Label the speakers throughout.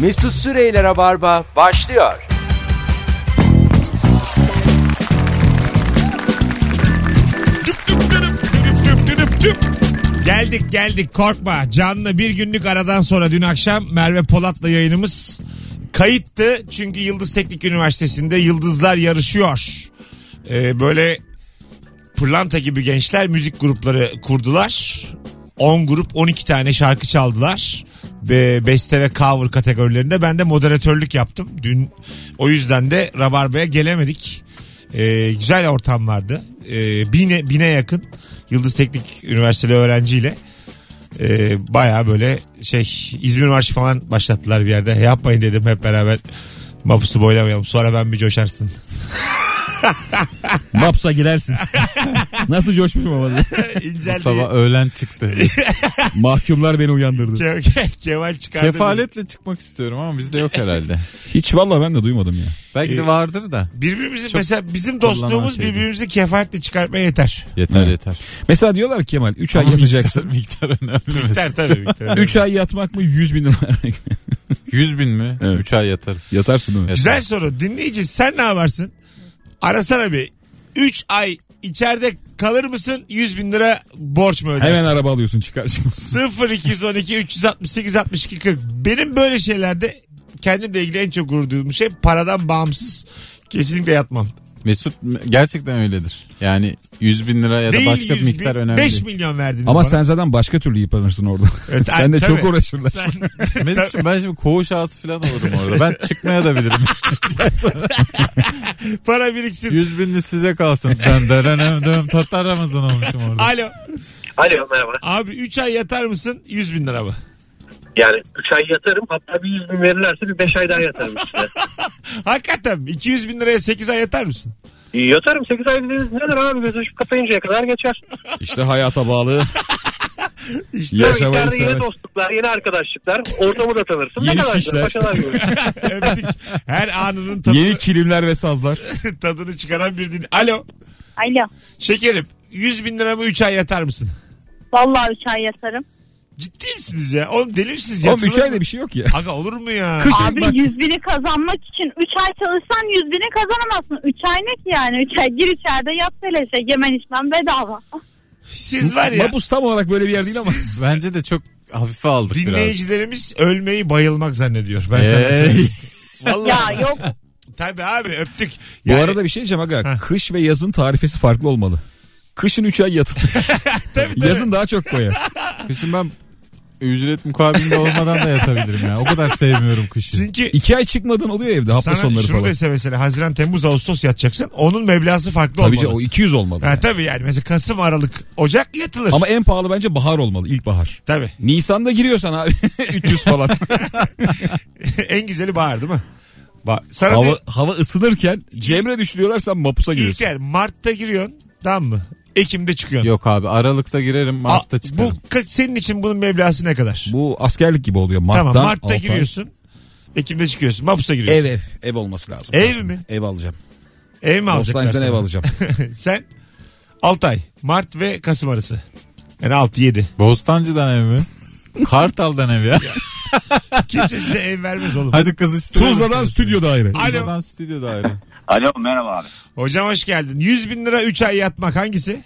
Speaker 1: Mesut Süreyle Rabarba başlıyor.
Speaker 2: Düp düp düdüp, düdüp düp düdüp düp.
Speaker 3: Geldik geldik korkma. Canlı bir günlük aradan sonra dün akşam Merve Polat'la yayınımız kayıttı. Çünkü Yıldız Teknik Üniversitesi'nde yıldızlar yarışıyor. Ee, böyle pırlanta gibi gençler müzik grupları kurdular. 10 grup 12 tane şarkı çaldılar. Be- beste ve cover kategorilerinde ben de moderatörlük yaptım. Dün o yüzden de Rabarba'ya gelemedik. Ee, güzel ortam vardı. Ee, bine, bine yakın Yıldız Teknik Üniversiteli öğrenciyle e, baya böyle şey İzmir Marşı falan başlattılar bir yerde. Yapmayın dedim hep beraber mapusu boylamayalım. Sonra ben bir coşarsın.
Speaker 4: Maps'a girersin. Nasıl coşmuşum ama.
Speaker 3: İnceldi.
Speaker 5: Sabah öğlen çıktı.
Speaker 4: Mahkumlar beni uyandırdı.
Speaker 3: Ke- ke- Kemal çıkardı.
Speaker 5: Kefaletle çıkmak istiyorum ama bizde yok herhalde. Ee,
Speaker 4: Hiç valla ben de duymadım ya.
Speaker 5: Belki de vardır da.
Speaker 3: Birbirimizi
Speaker 5: Çok
Speaker 3: mesela bizim
Speaker 5: kullanan
Speaker 3: dostluğumuz
Speaker 5: şeydi.
Speaker 3: birbirimizi kefaletle çıkartmaya yeter.
Speaker 5: Yeter
Speaker 4: Hı.
Speaker 5: yeter.
Speaker 4: Mesela diyorlar ki Kemal 3 ay
Speaker 5: Ama
Speaker 4: yatacaksın.
Speaker 5: Miktar, miktar önemli.
Speaker 3: Yeter tabii. tabii.
Speaker 4: 3 ay yatmak mı 100 bin lira vermek mi?
Speaker 5: 100 bin mi?
Speaker 4: Evet.
Speaker 5: 3 ay yatarım.
Speaker 4: Yatarsın değil mi?
Speaker 3: Güzel soru. Dinleyici sen ne yaparsın? Arasana bir. 3 ay içeride kalır mısın? 100 bin lira borç mu ödersin?
Speaker 4: Hemen araba alıyorsun çıkar çıkmaz.
Speaker 3: 0 212 368 62 40. Benim böyle şeylerde kendimle ilgili en çok gurur duyduğum şey paradan bağımsız kesinlikle yatmam.
Speaker 5: Mesut gerçekten öyledir. Yani 100 bin lira ya da
Speaker 3: Değil
Speaker 5: başka bir
Speaker 3: 100
Speaker 5: miktar
Speaker 3: bin,
Speaker 5: önemli.
Speaker 3: 5 milyon verdiniz
Speaker 4: Ama
Speaker 3: bana.
Speaker 4: sen zaten başka türlü yıpranırsın orada.
Speaker 3: Evet,
Speaker 4: sen de
Speaker 3: tabii.
Speaker 4: çok uğraşırlar.
Speaker 3: Sen-
Speaker 5: Mesut ben şimdi koğuş ağası falan olurum orada. Ben çıkmaya da bilirim.
Speaker 3: para biriksin.
Speaker 5: 100 binli size kalsın. Ben derenem dönem tatlı Ramazan olmuşum orada.
Speaker 3: Alo.
Speaker 6: Alo merhaba.
Speaker 3: Abi 3 ay yatar mısın? 100 bin lira mı?
Speaker 6: Yani 3 ay yatarım hatta bir 100 bin verirlerse bir 5 ay daha yatarım işte.
Speaker 3: Hakikaten mi? 200 bin liraya 8 ay yatar mısın?
Speaker 6: yatarım 8 ay dediniz nedir abi mesajı kapayıncaya kadar geçer.
Speaker 4: işte hayata bağlı.
Speaker 3: İşte
Speaker 4: Yaşamayı
Speaker 6: İçeride
Speaker 4: seven.
Speaker 6: yeni dostluklar yeni arkadaşlıklar ortamı da tanırsın.
Speaker 4: Yeni
Speaker 6: ne kadar
Speaker 4: şişler.
Speaker 6: güzel paşalar gibi.
Speaker 3: öptük. Her anının tadını,
Speaker 4: Yeni kilimler ve sazlar.
Speaker 3: tadını çıkaran bir din. Alo.
Speaker 7: Alo.
Speaker 3: Şekerim 100 bin lira mı 3 ay yatar mısın?
Speaker 7: Vallahi 3 ay yatarım.
Speaker 3: Ciddi misiniz ya? Oğlum deli misiniz?
Speaker 4: Oğlum 3
Speaker 3: Yatılır
Speaker 4: ayda
Speaker 3: mı?
Speaker 4: bir şey yok ya.
Speaker 3: Aga olur mu ya?
Speaker 4: Kış
Speaker 7: Abi
Speaker 4: bak,
Speaker 7: 100 bini kazanmak için 3 ay çalışsan 100 bini kazanamazsın. 3 ay ne ki yani? 3 ay gir içeride yat beleşe. Yemen içmen bedava.
Speaker 3: Siz var ya
Speaker 4: Mabus tam olarak böyle bir yer değil ama.
Speaker 5: Bence de çok hafife aldık biraz.
Speaker 3: dinleyicilerimiz ölmeyi bayılmak zannediyor. Ben sana
Speaker 5: Ee,
Speaker 3: söyleyeyim. Vallahi.
Speaker 7: ya yok.
Speaker 3: Tabii abi öptük.
Speaker 4: Bu
Speaker 3: Yani-
Speaker 4: arada bir şey diyeceğim aga.
Speaker 3: Heh.
Speaker 4: Kış ve yazın tarifesi farklı olmalı. Kışın 3 ay yatın. yazın daha çok koyar.
Speaker 5: kışın ben ücret mukabilinde olmadan da yatabilirim ya. O kadar sevmiyorum kışı.
Speaker 3: çünkü
Speaker 4: 2 ay çıkmadan oluyor evde hafta
Speaker 3: sana
Speaker 4: sonları
Speaker 3: şunu
Speaker 4: falan.
Speaker 3: dese mesela Haziran, Temmuz, Ağustos yatacaksın. Onun meblası farklı
Speaker 4: Tabii ki
Speaker 3: olmalı.
Speaker 4: o 200 olmalı.
Speaker 3: Ha,
Speaker 4: yani.
Speaker 3: tabii yani mesela Kasım, Aralık, Ocak yatılır.
Speaker 4: Ama en pahalı bence bahar olmalı ilkbahar.
Speaker 3: Tabii.
Speaker 4: Nisan'da giriyorsan abi 300 falan.
Speaker 3: en güzeli bahar değil mi? Ba- Sana
Speaker 4: hava,
Speaker 3: bir-
Speaker 4: hava ısınırken Cemre düşünüyorlar sen mapusa giriyorsun.
Speaker 3: İlker Mart'ta giriyorsun tamam mı? Ekim'de çıkıyorsun.
Speaker 5: Yok abi Aralık'ta girerim
Speaker 3: Aa,
Speaker 5: Mart'ta çıkarım.
Speaker 3: bu ka- senin için bunun meblası ne kadar?
Speaker 4: Bu askerlik gibi oluyor. Mart'tan
Speaker 3: tamam Mart'ta
Speaker 4: altı ay.
Speaker 3: giriyorsun. Ekim'de çıkıyorsun. Mapus'a
Speaker 4: Ev
Speaker 3: giriyorsun.
Speaker 4: ev. Ev olması lazım.
Speaker 3: Ev mi?
Speaker 4: Ev alacağım.
Speaker 3: Ev mi alacaklar?
Speaker 4: Bostancı'dan
Speaker 3: sana?
Speaker 4: ev alacağım.
Speaker 3: Sen 6 ay. Mart ve Kasım arası. Yani 6-7.
Speaker 5: Bostancı'dan ev mi? Kartal'dan ev ya.
Speaker 3: Kimse size ev vermez oğlum.
Speaker 5: Hadi kızıştıralım.
Speaker 4: Tuzla'dan stüdyo daire.
Speaker 5: Tuzla'dan stüdyo daire.
Speaker 8: Alo merhaba abi.
Speaker 3: Hocam hoş geldin. 100 bin lira 3 ay yatmak hangisi?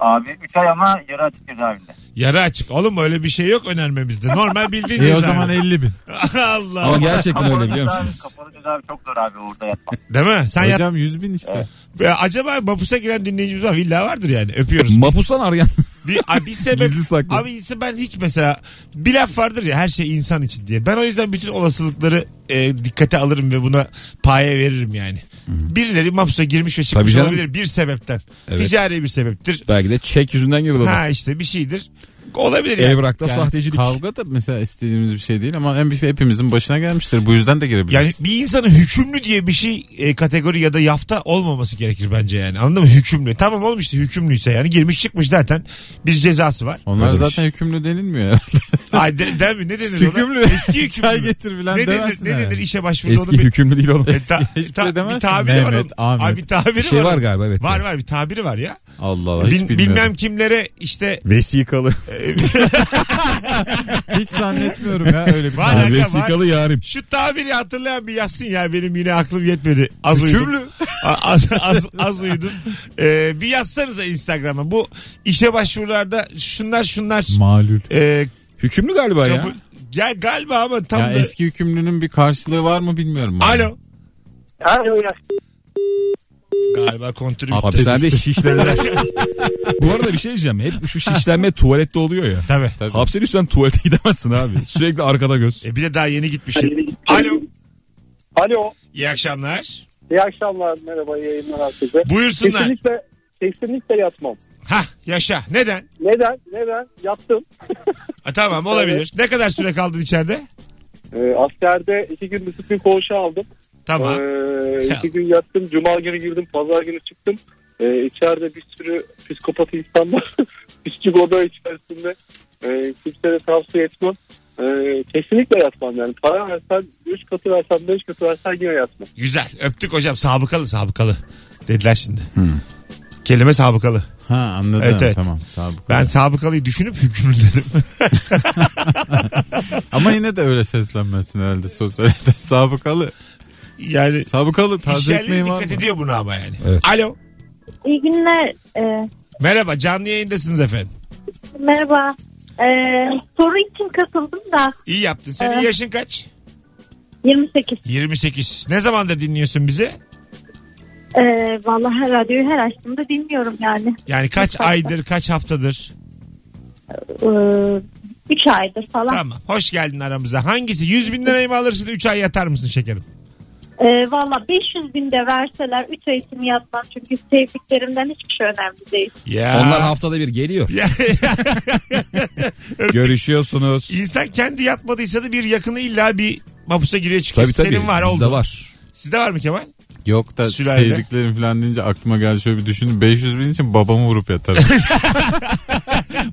Speaker 8: Abi 3 ay ama yarı açık cezaevinde.
Speaker 3: Yarı açık. Oğlum öyle bir şey yok önermemizde. Normal bildiğin
Speaker 5: E o
Speaker 3: cezaevi.
Speaker 5: zaman 50 bin.
Speaker 3: Allah.
Speaker 4: Ama
Speaker 3: Allah.
Speaker 4: gerçekten
Speaker 8: Kapalı
Speaker 4: öyle biliyor
Speaker 8: cezaevi-
Speaker 4: musunuz?
Speaker 8: Kapalı cezaevi çok zor abi orada yatmak.
Speaker 3: Değil mi? Sen yat...
Speaker 5: Hocam 100 bin işte.
Speaker 3: Ya Acaba Mapus'a giren dinleyicimiz var. İlla vardır yani. Öpüyoruz.
Speaker 4: Mapustan arayan.
Speaker 3: Bir, a- bir sebep.
Speaker 4: Gizli saklı.
Speaker 3: Abi insan ben hiç mesela bir laf vardır ya her şey insan için diye. Ben o yüzden bütün olasılıkları e, dikkate alırım ve buna paye veririm yani. Birileri mapsa girmiş ve
Speaker 4: Tabii
Speaker 3: çıkmış
Speaker 4: canım.
Speaker 3: olabilir bir sebepten.
Speaker 4: Evet.
Speaker 3: Ticari bir sebeptir.
Speaker 4: Belki de çek yüzünden girdi adam.
Speaker 3: Ha işte bir şeydir. Olabilir yani.
Speaker 4: Evrakta
Speaker 5: Yani
Speaker 4: sahtecilik.
Speaker 5: Kavga da mesela istediğimiz bir şey değil ama en büyük hepimizin başına gelmiştir. Bu yüzden de
Speaker 3: Yani
Speaker 5: girebiliriz.
Speaker 3: bir insanın hükümlü diye bir şey e, kategori ya da yafta olmaması gerekir bence yani. Anladın mı? Hükümlü. Tamam olmuş işte hükümlüyse yani girmiş çıkmış zaten bir cezası var.
Speaker 5: Onlar
Speaker 4: Öyle
Speaker 5: zaten
Speaker 4: bir şey.
Speaker 5: hükümlü denilmiyor herhalde.
Speaker 3: Ay de, der mi? Ne denir ona?
Speaker 5: Hükümlü.
Speaker 3: Eski hükümlü.
Speaker 5: Çay
Speaker 3: mü?
Speaker 5: getir bilen
Speaker 3: ne denir,
Speaker 5: demezsin.
Speaker 3: ne
Speaker 5: herhalde.
Speaker 3: denir işe başvurduğunu?
Speaker 4: Eski hükümlü değil oğlum.
Speaker 3: E, ta-
Speaker 5: Hiçbir
Speaker 3: ta-
Speaker 5: şey
Speaker 3: bir
Speaker 5: demezsin.
Speaker 3: tabiri var
Speaker 5: Mehmet,
Speaker 3: onun.
Speaker 5: Ahmet.
Speaker 3: Ay, bir tabiri
Speaker 4: Bir şey
Speaker 3: var.
Speaker 4: var
Speaker 3: onun.
Speaker 4: galiba evet.
Speaker 3: Var
Speaker 4: ya.
Speaker 3: var bir tabiri var ya.
Speaker 5: Allah Allah hiç
Speaker 3: Bin,
Speaker 5: bilmiyorum.
Speaker 3: bilmem kimlere işte
Speaker 4: Vesikalı.
Speaker 5: Hiç zannetmiyorum ya öyle bir
Speaker 3: Var
Speaker 5: tabir.
Speaker 4: Ha,
Speaker 3: var.
Speaker 4: vesikalı yarim.
Speaker 3: şu tabiri hatırlayan bir yazsın ya benim yine aklım yetmedi. Az uyudum.
Speaker 5: Hükümlü.
Speaker 3: A- az, az, az uyudum. Ee, bir yazsanıza Instagram'a. Bu işe başvurularda şunlar şunlar.
Speaker 5: Malul.
Speaker 3: E,
Speaker 4: Hükümlü galiba ya.
Speaker 3: kabul- ya galiba ama tam
Speaker 5: Ya
Speaker 3: da.
Speaker 5: eski hükümlünün bir karşılığı var mı bilmiyorum. abi.
Speaker 3: Alo.
Speaker 6: Alo ya.
Speaker 3: Galiba kontribüs.
Speaker 4: Hapishanede şişlenirler. Bu arada bir şey diyeceğim. Hep şu şişlenme tuvalette oluyor ya.
Speaker 3: Tabii.
Speaker 5: Tabii.
Speaker 4: Hapse düşsen tuvalete gidemezsin abi. Sürekli arkada göz.
Speaker 3: E, bir de daha yeni gitmişim. Alo.
Speaker 6: Alo.
Speaker 3: İyi akşamlar.
Speaker 6: İyi akşamlar. Merhaba. iyi yayınlar herkese.
Speaker 3: Buyursunlar.
Speaker 6: Kesinlikle, kesinlikle yatmam.
Speaker 3: Hah yaşa. Neden?
Speaker 6: Neden? Neden? Yattım.
Speaker 3: Ha, tamam olabilir. Ne kadar süre kaldın içeride?
Speaker 6: Ee, askerde iki gün disiplin koğuşu aldım.
Speaker 3: Tamam.
Speaker 6: Ee, iki gün yattım. Cuma günü girdim. Pazar günü çıktım. Ee, içeride bir sürü psikopat insan var. Küçük oda içerisinde. Ee, kimseye tavsiye etmem. Ee, kesinlikle yatmam yani. Para versen 3 katı versen 5 katı versen yine yatmam.
Speaker 3: Güzel. Öptük hocam. Sabıkalı sabıkalı. Dediler şimdi.
Speaker 5: Hmm.
Speaker 3: Kelime sabıkalı.
Speaker 5: Ha anladım
Speaker 3: Evet, evet.
Speaker 5: tamam. Sağ ol.
Speaker 3: Ben sabıkalıyı düşünüp hükümlü dedim.
Speaker 5: Ama yine de öyle seslenmezsin herhalde sosyalde. Sabıkalı.
Speaker 3: yani
Speaker 5: Sabıkalı taze
Speaker 3: işyerleri
Speaker 5: ekmeği var
Speaker 3: dikkat
Speaker 5: mı?
Speaker 3: ediyor buna ama yani.
Speaker 4: Evet.
Speaker 3: Alo.
Speaker 7: İyi günler. Ee,
Speaker 3: Merhaba canlı yayındasınız efendim.
Speaker 7: merhaba. Ee, soru için katıldım da
Speaker 3: İyi yaptın. Senin
Speaker 7: Evet.
Speaker 3: yaşın kaç?
Speaker 7: 28.
Speaker 3: 28. Ne zamandır dinliyorsun bizi?
Speaker 7: Ee, vallahi her radyoyu her açtığımda dinliyorum yani.
Speaker 3: Yani kaç
Speaker 7: hafta.
Speaker 3: aydır, kaç haftadır?
Speaker 7: Ee, 3 aydır falan.
Speaker 3: Tamam. Hoş geldin aramıza. Hangisi? 100 bin lirayı mı alırsın 3 ay yatar mısın şekerim?
Speaker 7: Ee, Valla 500 bin de verseler 3 eğitimi yatmam. Çünkü sevdiklerimden hiçbir şey önemli değil.
Speaker 3: Ya.
Speaker 4: Onlar haftada bir geliyor.
Speaker 3: Ya-
Speaker 4: Görüşüyorsunuz.
Speaker 3: İnsan kendi yatmadıysa da bir yakını illa bir mapusa giriyor çıkıyor.
Speaker 4: Tabii tabii.
Speaker 3: Senin var oldu.
Speaker 4: Bizde var.
Speaker 3: Sizde var mı Kemal?
Speaker 5: Yok da
Speaker 3: Sülalede.
Speaker 5: sevdiklerim falan deyince aklıma geldi şöyle bir düşündüm. 500 bin için babamı vurup yatarım.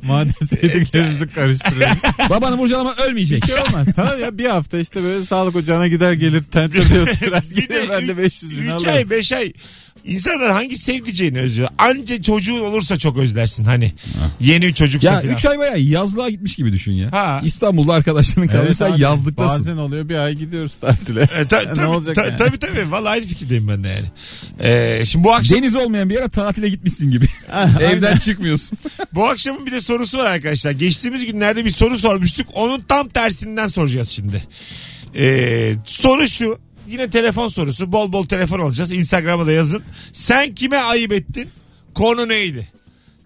Speaker 5: Madem sevdiklerimizi karıştırıyoruz.
Speaker 4: Babanı vuracağım ama ölmeyecek.
Speaker 5: Bir şey olmaz. Tamam ya bir hafta işte böyle sağlık ocağına gider gelir tente diyor sürer
Speaker 3: Bir de
Speaker 5: gelir ben de 500 bin
Speaker 3: 3
Speaker 5: alırım.
Speaker 3: ay 5 ay İnsanlar hangi sevdiceğini özlüyor? Anca çocuğun olursa çok özlersin hani. Yeni bir çocuksa
Speaker 4: Ya
Speaker 3: falan.
Speaker 4: 3 ay baya yazlığa gitmiş gibi düşün ya.
Speaker 3: Ha.
Speaker 4: İstanbul'da arkadaşlarının kalıyor. Sen
Speaker 5: abi,
Speaker 4: yazlıktasın.
Speaker 5: Bazen oluyor bir ay gidiyoruz tatile.
Speaker 3: E, ta-
Speaker 5: ne
Speaker 3: tabii,
Speaker 5: olacak
Speaker 3: ta-
Speaker 5: yani?
Speaker 3: Tabii tabii. Vallahi aynı fikirdeyim ben de yani. Ee, şimdi bu akşam
Speaker 4: Deniz olmayan bir yere tatile gitmişsin gibi. Evden çıkmıyorsun.
Speaker 3: bu akşamın bir de sorusu var arkadaşlar. Geçtiğimiz günlerde bir soru sormuştuk. Onun tam tersinden soracağız şimdi. Ee, soru şu. Yine telefon sorusu. Bol bol telefon alacağız. Instagram'a da yazın. Sen kime ayıp ettin? Konu neydi?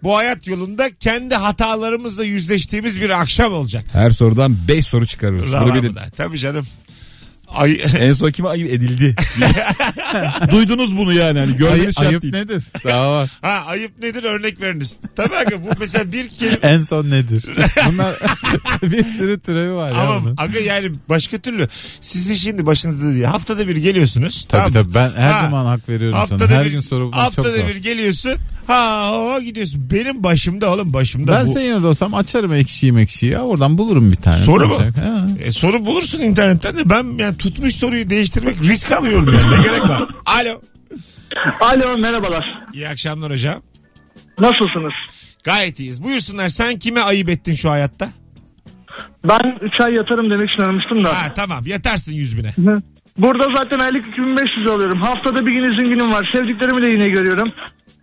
Speaker 3: Bu hayat yolunda kendi hatalarımızla yüzleştiğimiz bir akşam olacak.
Speaker 4: Her sorudan 5 soru çıkarıyoruz. Bunu bilin.
Speaker 3: Rabarba'da. Tabii canım. Ay,
Speaker 4: En son kime ayıp edildi? Duydunuz bunu yani. Hani
Speaker 5: Ay-
Speaker 4: gördüğünüz şart
Speaker 5: ayıp
Speaker 4: değil.
Speaker 5: nedir? Daha var.
Speaker 3: ha, ayıp nedir örnek veriniz. Tabii aga bu mesela bir kelime.
Speaker 5: En son nedir? Bunlar bir sürü türevi var ya.
Speaker 3: Ama
Speaker 5: bunun.
Speaker 3: aga yani başka türlü sizin şimdi başınızda diye haftada bir geliyorsunuz.
Speaker 5: Tabii
Speaker 3: tamam mı?
Speaker 5: tabii ben her
Speaker 3: Ha.
Speaker 5: zaman hak veriyorum
Speaker 3: Haftada
Speaker 5: sana. Her
Speaker 3: bir,
Speaker 5: gün soru bulmak çok
Speaker 3: haftada
Speaker 5: zor.
Speaker 3: bir geliyorsun. Ha o gidiyorsun. Benim başımda oğlum başımda
Speaker 5: Ben
Speaker 3: bu.
Speaker 5: senin yanında olsam açarım ekşiyim ekşiyi ya oradan bulurum bir tane.
Speaker 3: Soru
Speaker 5: Ne
Speaker 3: mu?
Speaker 5: olacak? Ha.
Speaker 3: E, soru bulursun internetten de ben yani tutmuş soruyu değiştirmek risk alıyorum. Yani. Ne gerek var? Alo.
Speaker 6: Alo merhabalar.
Speaker 3: İyi akşamlar hocam.
Speaker 6: Nasılsınız?
Speaker 3: Gayet iyiyiz. Buyursunlar sen kime ayıp ettin şu hayatta?
Speaker 6: Ben 3 ay yatarım demek için aramıştım da.
Speaker 3: Ha tamam yatarsın yüz bine.
Speaker 6: Hı. Burada zaten aylık 2500 alıyorum. Haftada bir gün izin günüm var. Sevdiklerimi de yine görüyorum.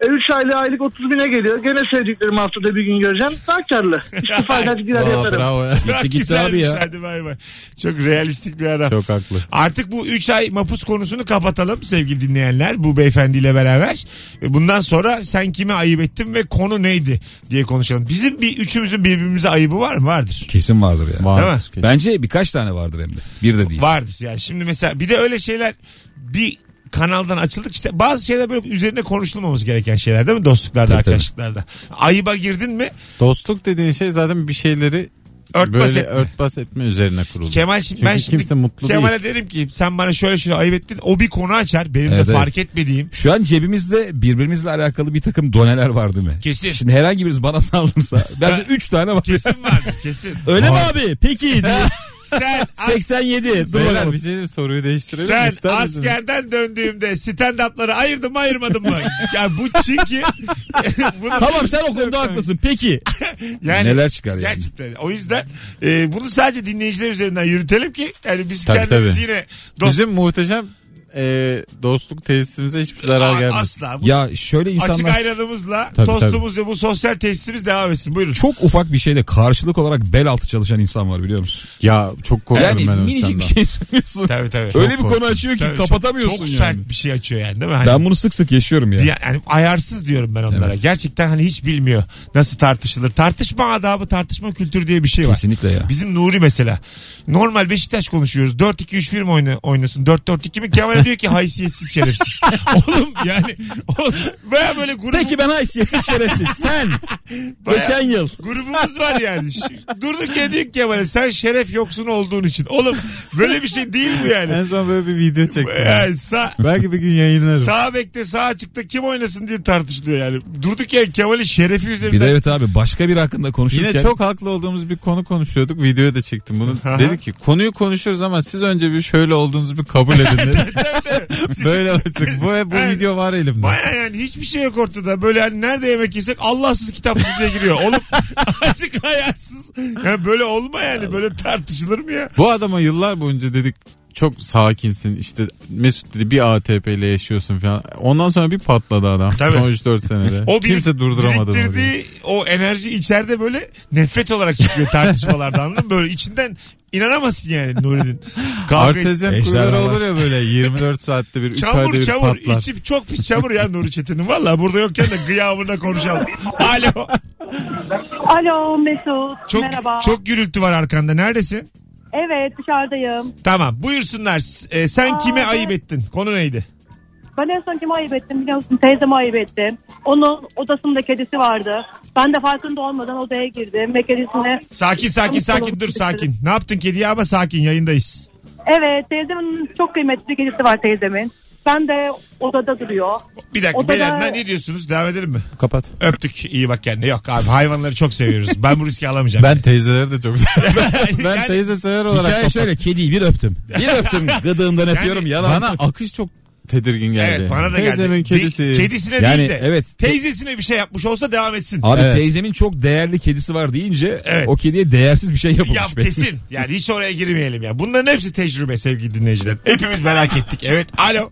Speaker 6: 3 aylık aylık 30 bine geliyor. Gene sevdiklerimi haftada bir gün göreceğim. Daha karlı. İşte faydalı gider
Speaker 5: Aa,
Speaker 6: yatarım.
Speaker 5: bravo ya.
Speaker 3: Çok
Speaker 4: Gitti gitti abi
Speaker 3: güzelmiş.
Speaker 4: ya.
Speaker 3: Hadi bay bay. Çok realistik bir adam.
Speaker 5: Çok haklı.
Speaker 3: Artık bu 3 ay mapus konusunu kapatalım sevgili dinleyenler bu beyefendiyle beraber. E, Bundan sonra sen kime ayıp ettin ve konu neydi diye konuşalım. Bizim bir üçümüzün birbirimize ayıbı var mı? Vardır.
Speaker 4: Kesin vardır ya.
Speaker 3: Değil mi?
Speaker 5: Var. Ben
Speaker 4: Bence birkaç tane vardır hem de. Bir de değil.
Speaker 3: Vardır yani şimdi mesela bir de öyle şeyler bir kanaldan açıldık işte bazı şeyler böyle üzerine konuşulmaması gereken şeyler değil mi dostluklarda
Speaker 4: Tabii, tabii.
Speaker 3: arkadaşlıklarda. Ayıba girdin mi
Speaker 5: dostluk dediğin şey zaten bir şeyleri
Speaker 3: Örtbas
Speaker 5: Böyle
Speaker 3: etme.
Speaker 5: örtbas etme üzerine kuruldu.
Speaker 3: Kemal şimdi
Speaker 5: Çünkü
Speaker 3: ben şimdi
Speaker 5: kimse mutlu
Speaker 3: Kemal'e
Speaker 5: değil.
Speaker 3: derim ki sen bana şöyle şöyle ayıp ettin. O bir konu açar. Benim
Speaker 4: Evet,
Speaker 3: de
Speaker 4: evet.
Speaker 3: fark etmediğim.
Speaker 4: Şu an cebimizde birbirimizle alakalı bir takım doneler var değil mi?
Speaker 3: Kesin.
Speaker 4: Şimdi herhangi birisi bana saldırsa ben de 3 tane var.
Speaker 3: Kesin vardır kesin.
Speaker 4: Öyle mi abi? Peki. diye. Şey,
Speaker 3: Sen
Speaker 4: 87. Dur
Speaker 5: Beyler
Speaker 4: bakalım.
Speaker 5: bir şey diyeyim, soruyu değiştirelim.
Speaker 3: Sen
Speaker 5: ister misiniz?
Speaker 3: askerden döndüğümde stand-up'ları ayırdım mı ayırmadım mı? ya bu çünkü Bunu-
Speaker 4: Tamam sen o konuda haklısın. Peki.
Speaker 3: yani
Speaker 4: Neler çıkar yani?
Speaker 3: Gerçekten. O yüzden e, bunu sadece dinleyiciler üzerinden yürütelim ki yani biz
Speaker 5: Tabii,
Speaker 3: kendimiz
Speaker 5: tabii.
Speaker 3: yine dost
Speaker 5: Bizim muhteşem e, dostluk tesisimize hiçbir zarar
Speaker 3: Aa,
Speaker 5: gelmez.
Speaker 3: asla. Bu
Speaker 4: Ya şöyle
Speaker 3: açık
Speaker 4: insanlar
Speaker 3: ayranımızla
Speaker 5: Tabii,
Speaker 3: tostumuz ve bu sosyal tesisimiz devam etsin. Buyurun.
Speaker 4: çok ufak bir şeyle karşılık olarak bel altı çalışan insan var biliyor musun?
Speaker 5: Ya çok korkarım
Speaker 4: Yani
Speaker 5: ben onu
Speaker 4: minicik
Speaker 5: senden.
Speaker 4: bir şey söylüyorsun.
Speaker 3: Tabii tabii.
Speaker 4: Öyle bir konu
Speaker 5: korkunç.
Speaker 4: açıyor ki
Speaker 3: Tabii, çok-
Speaker 4: kapatamıyorsun
Speaker 3: çok,
Speaker 4: yani.
Speaker 3: sert bir şey açıyor yani değil mi? Hani
Speaker 4: Ben bunu sık sık yaşıyorum ya.
Speaker 3: Ya- yani ayarsız diyorum ben onlara.
Speaker 4: Evet.
Speaker 3: Gerçekten hani hiç bilmiyor nasıl tartışılır. Tartışma adabı, tartışma kültürü diye bir şey var.
Speaker 4: Kesinlikle ya.
Speaker 3: Bizim Nuri mesela. Normal Beşiktaş konuşuyoruz. 4-2-3-1 mi oyna, oynasın? 4-4-2 mi? Kemal diyor ki haysiyetsiz şerefsiz. oğlum yani oğlum, baya böyle grubu,
Speaker 4: Peki ben haysiyetsiz şerefsiz. Sen
Speaker 3: Baya-
Speaker 4: geçen yıl
Speaker 3: grubumuz var yani. Ş- Durduk ya diyor ki Kemal'e sen şeref yoksun olduğun için. Oğlum böyle bir şey değil mi yani?
Speaker 5: En son böyle bir video çektim.
Speaker 3: yani sağ,
Speaker 5: Belki bir gün yayınlarım.
Speaker 3: sağ bekte sağ açıkta kim oynasın diye tartışılıyor yani. Durduk ya Kemal'in şerefi üzerinden.
Speaker 4: bir de evet abi başka bir hakkında konuşurken
Speaker 5: Yine çok haklı olduğumuz bir konu konuşuyorduk. Videoya da çektim bunu.
Speaker 3: Aha.
Speaker 5: Dedi ki konuyu konuşuyoruz ama siz önce bir şöyle olduğunuzu bir kabul edin. dedi. Böyle başladık. Bu, bu
Speaker 3: Evet.
Speaker 5: video var elimde.
Speaker 3: Baya yani hiçbir şey yok ortada. Böyle hani nerede yemek yesek Allahsız kitapsız diye giriyor. Oğlum açık hayatsız. Yani böyle olma yani. Böyle tartışılır mı ya?
Speaker 5: Bu adama yıllar boyunca dedik çok sakinsin işte Mesut dedi bir ATP ile yaşıyorsun falan. Ondan sonra bir patladı adam.
Speaker 3: Tabii.
Speaker 5: Son 3-4 senede.
Speaker 3: O bir-
Speaker 5: Kimse durduramadı onu. diye.
Speaker 3: Biriktirdiği o enerji içeride böyle nefret olarak çıkıyor tartışmalarda anladın mı? Böyle içinden inanamazsın yani Nuri'nin. Kavga
Speaker 5: Artezyen
Speaker 4: Ejderhalar.
Speaker 5: kuyuları olur ya böyle 24 saatte bir 3 ayda
Speaker 3: Çamur
Speaker 5: bir
Speaker 3: çamur.
Speaker 5: patlar.
Speaker 3: İçim çok pis çamur ya Nuri Çetin'in. Valla burada yokken de gıyabına konuşalım. Alo.
Speaker 9: Alo Mesut.
Speaker 3: Çok,
Speaker 9: Merhaba.
Speaker 3: çok gürültü var arkanda. Neredesin?
Speaker 9: Evet dışarıdayım.
Speaker 3: Tamam buyursunlar. Ee, sen
Speaker 9: Aa, şey-
Speaker 3: kime
Speaker 9: ben-
Speaker 3: ayıp ettin? Konu neydi?
Speaker 9: Ben en son kimi ayıp ettim biliyor musun? Teyzemi ayıp ettim. Onun odasında kedisi vardı. Ben de farkında olmadan odaya girdim ve kedisine...
Speaker 3: Sakin sakin sakin dur sakin. Ne yaptın kediye ama sakin yayındayız.
Speaker 9: Evet teyzemin çok kıymetli bir kedisi var teyzemin. Ben de odada duruyor.
Speaker 3: Bir dakika
Speaker 9: O da-
Speaker 3: beyler ne- ne diyorsunuz devam edelim mi?
Speaker 5: Kapat.
Speaker 3: Öptük iyi bak kendine. Yok abi hayvanları çok seviyoruz. Ben bu riski alamayacağım.
Speaker 5: Ben teyzeleri de çok seviyorum. ben
Speaker 3: Yani-
Speaker 5: teyze sever olarak
Speaker 4: Hikaye
Speaker 5: kapat-
Speaker 4: şöyle kediyi bir öptüm. Bir öptüm gıdığından öpüyorum yana.
Speaker 5: Bana akış çok tedirgin geldi.
Speaker 3: Evet bana da geldi.
Speaker 5: Teyzemin kedisi.
Speaker 3: Değil- kedisine
Speaker 4: Yani
Speaker 3: değil de
Speaker 4: evet.
Speaker 3: teyzesine bir şey yapmış olsa devam etsin.
Speaker 4: Abi
Speaker 5: Evet.
Speaker 4: teyzemin çok değerli kedisi var deyince
Speaker 3: Evet.
Speaker 4: o kediye değersiz bir şey yapılmış.
Speaker 3: Ya
Speaker 4: belli.
Speaker 3: kesin. Yani hiç oraya girmeyelim ya. Bunların hepsi tecrübe sevgili dinleyiciler. Hepimiz merak ettik. Evet. Alo.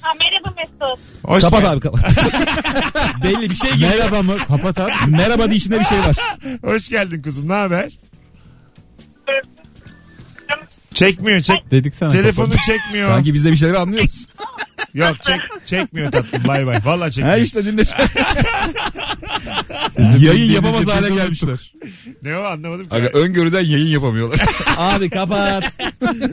Speaker 7: Ha, merhaba Mesut.
Speaker 3: Hoş
Speaker 4: Kapat
Speaker 3: geldin.
Speaker 4: abi kapat. belli bir şey gibi.
Speaker 5: Merhaba mı? Kapat abi.
Speaker 4: Merhaba deyişinde bir şey var.
Speaker 3: Hoş geldin kuzum. Ne haber? Çekmiyor. Çek.
Speaker 5: Dedik sana
Speaker 3: Telefonu
Speaker 5: kapat.
Speaker 3: çekmiyor.
Speaker 4: Sanki biz de bir şeyler anlıyoruz.
Speaker 3: Yok çek çekmiyor tatlım. Bay bay. Valla çekmiyor.
Speaker 4: ha işte dinle. yayın yapamaz
Speaker 5: bildiğinizi
Speaker 4: hale
Speaker 5: biz
Speaker 4: gelmişler.
Speaker 3: Ne o anlamadım ki.
Speaker 4: Aga, öngörüden yayın yapamıyorlar. Abi kapat.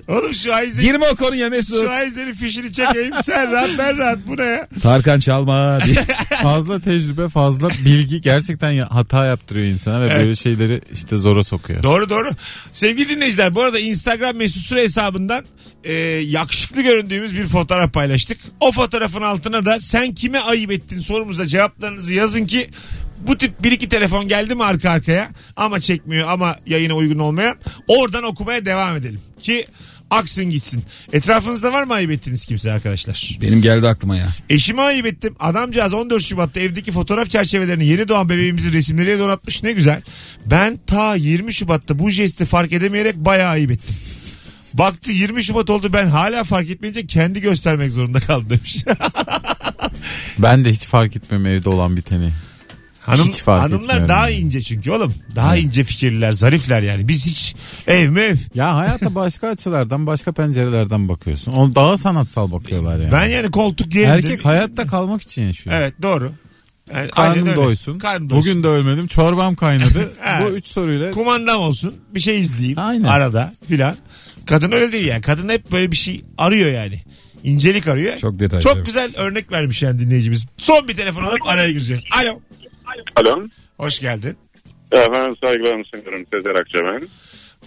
Speaker 3: Oğlum şu Ayzer'in
Speaker 4: Girme o konuya Mesut.
Speaker 3: şu Ayzer'in fişini çekeyim sen rahat ben rahat bu ne ya?
Speaker 4: Tarkan çalma diye.
Speaker 5: Fazla tecrübe, fazla bilgi gerçekten ya- hata yaptırıyor insana ve
Speaker 3: Evet.
Speaker 5: böyle şeyleri işte zora sokuyor.
Speaker 3: Doğru doğru. Sevgili dinleyiciler bu arada Instagram mesut süre hesabından e, yakışıklı göründüğümüz bir fotoğraf paylaştık. O fotoğrafın altına da sen kime ayıp ettin sorumuza cevaplarınızı yazın ki bu tip bir iki telefon geldi mi arka arkaya ama çekmiyor ama yayına uygun olmayan oradan okumaya devam edelim ki aksın gitsin. Etrafınızda var mı ayıp ettiğiniz kimse arkadaşlar?
Speaker 4: Benim geldi aklıma ya.
Speaker 3: Eşime ayıp ettim. Adamcağız 14 Şubat'ta evdeki fotoğraf çerçevelerini yeni doğan bebeğimizin resimleriyle donatmış. Ne güzel. Ben ta 20 Şubat'ta bu jesti fark edemeyerek bayağı ayıp ettim. Baktı 20 Şubat oldu ben hala fark etmeyince kendi göstermek zorunda kaldım demiş.
Speaker 5: Ben de hiç fark etmem evde olan biteni.
Speaker 3: Hanım,
Speaker 5: Hiç fark
Speaker 3: hanımlar
Speaker 5: etmiyorum
Speaker 3: daha
Speaker 5: yani.
Speaker 3: ince çünkü oğlum. Daha ince fikirliler, zarifler yani. Biz hiç ev mev.
Speaker 5: Ya hayata başka açılardan, başka pencerelerden bakıyorsun. O daha sanatsal bakıyorlar yani.
Speaker 3: Ben yani koltuk yerim.
Speaker 5: Erkek hayatta kalmak için yaşıyor.
Speaker 3: Evet doğru. Yani aynen
Speaker 5: Karnım
Speaker 3: öyle.
Speaker 5: doysun.
Speaker 3: Karnım doysun.
Speaker 5: Bugün de ölmedim. Çorbam kaynadı.
Speaker 3: Ha.
Speaker 5: Bu üç soruyla
Speaker 3: kumandam olsun bir şey izleyeyim
Speaker 5: Aynen.
Speaker 3: arada filan. Kadın öyle değil yani kadın hep böyle bir şey arıyor yani. İncelik arıyor.
Speaker 4: Çok detaylı.
Speaker 3: Çok güzel örnek vermiş yani dinleyicimiz. Son bir telefon alıp araya gireceğiz. Alo.
Speaker 6: Alo.
Speaker 3: Hoş geldin.
Speaker 6: Efendim saygılarımı sunuyorum Sezer Akça ben.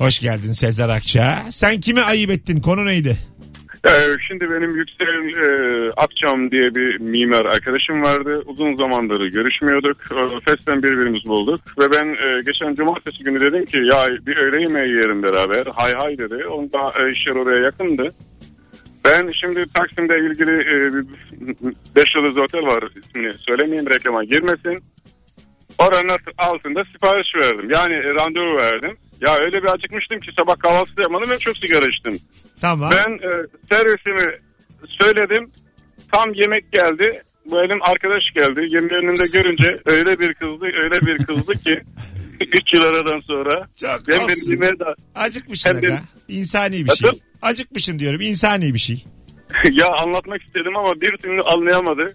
Speaker 3: Hoş geldin Sezer Akça. Sen kime ayıp ettin? Konu neydi?
Speaker 6: Ee, şimdi benim Yüksel e, Akçam diye bir mimar arkadaşım vardı. Uzun zamandır görüşmüyorduk. Ee, Festen birbirimizi bulduk. Ve ben e, geçen cumartesi günü dedim ki ya bir öğle yemeği yiyelim beraber. Hay hay dedi. Onun da e, iş yeri oraya yakındı. Ben şimdi Taksim'de ilgili e, bir beş yıldızlı otel var ismini söylemeyeyim reklama girmesin. Oranın altında sipariş verdim. Yani e, randevu verdim. Ya öyle bir acıkmıştım ki sabah kahvaltı da yapmadım ve çok sigara içtim.
Speaker 3: Tamam.
Speaker 6: Ben e, servisimi söyledim. Tam yemek geldi. Bu elim arkadaş geldi. Yemeğin önünde görünce öyle bir kızdı, öyle bir kızdı ki 3 yıl aradan sonra
Speaker 3: Çok
Speaker 6: hem benim
Speaker 3: olsun.
Speaker 6: yemeğe da
Speaker 3: Acıkmışsın
Speaker 6: Efendim?
Speaker 3: aga. İnsani bir şey.
Speaker 6: Efendim?
Speaker 3: Acıkmışsın diyorum. insani bir şey.
Speaker 6: ya anlatmak istedim ama bir türlü anlayamadı.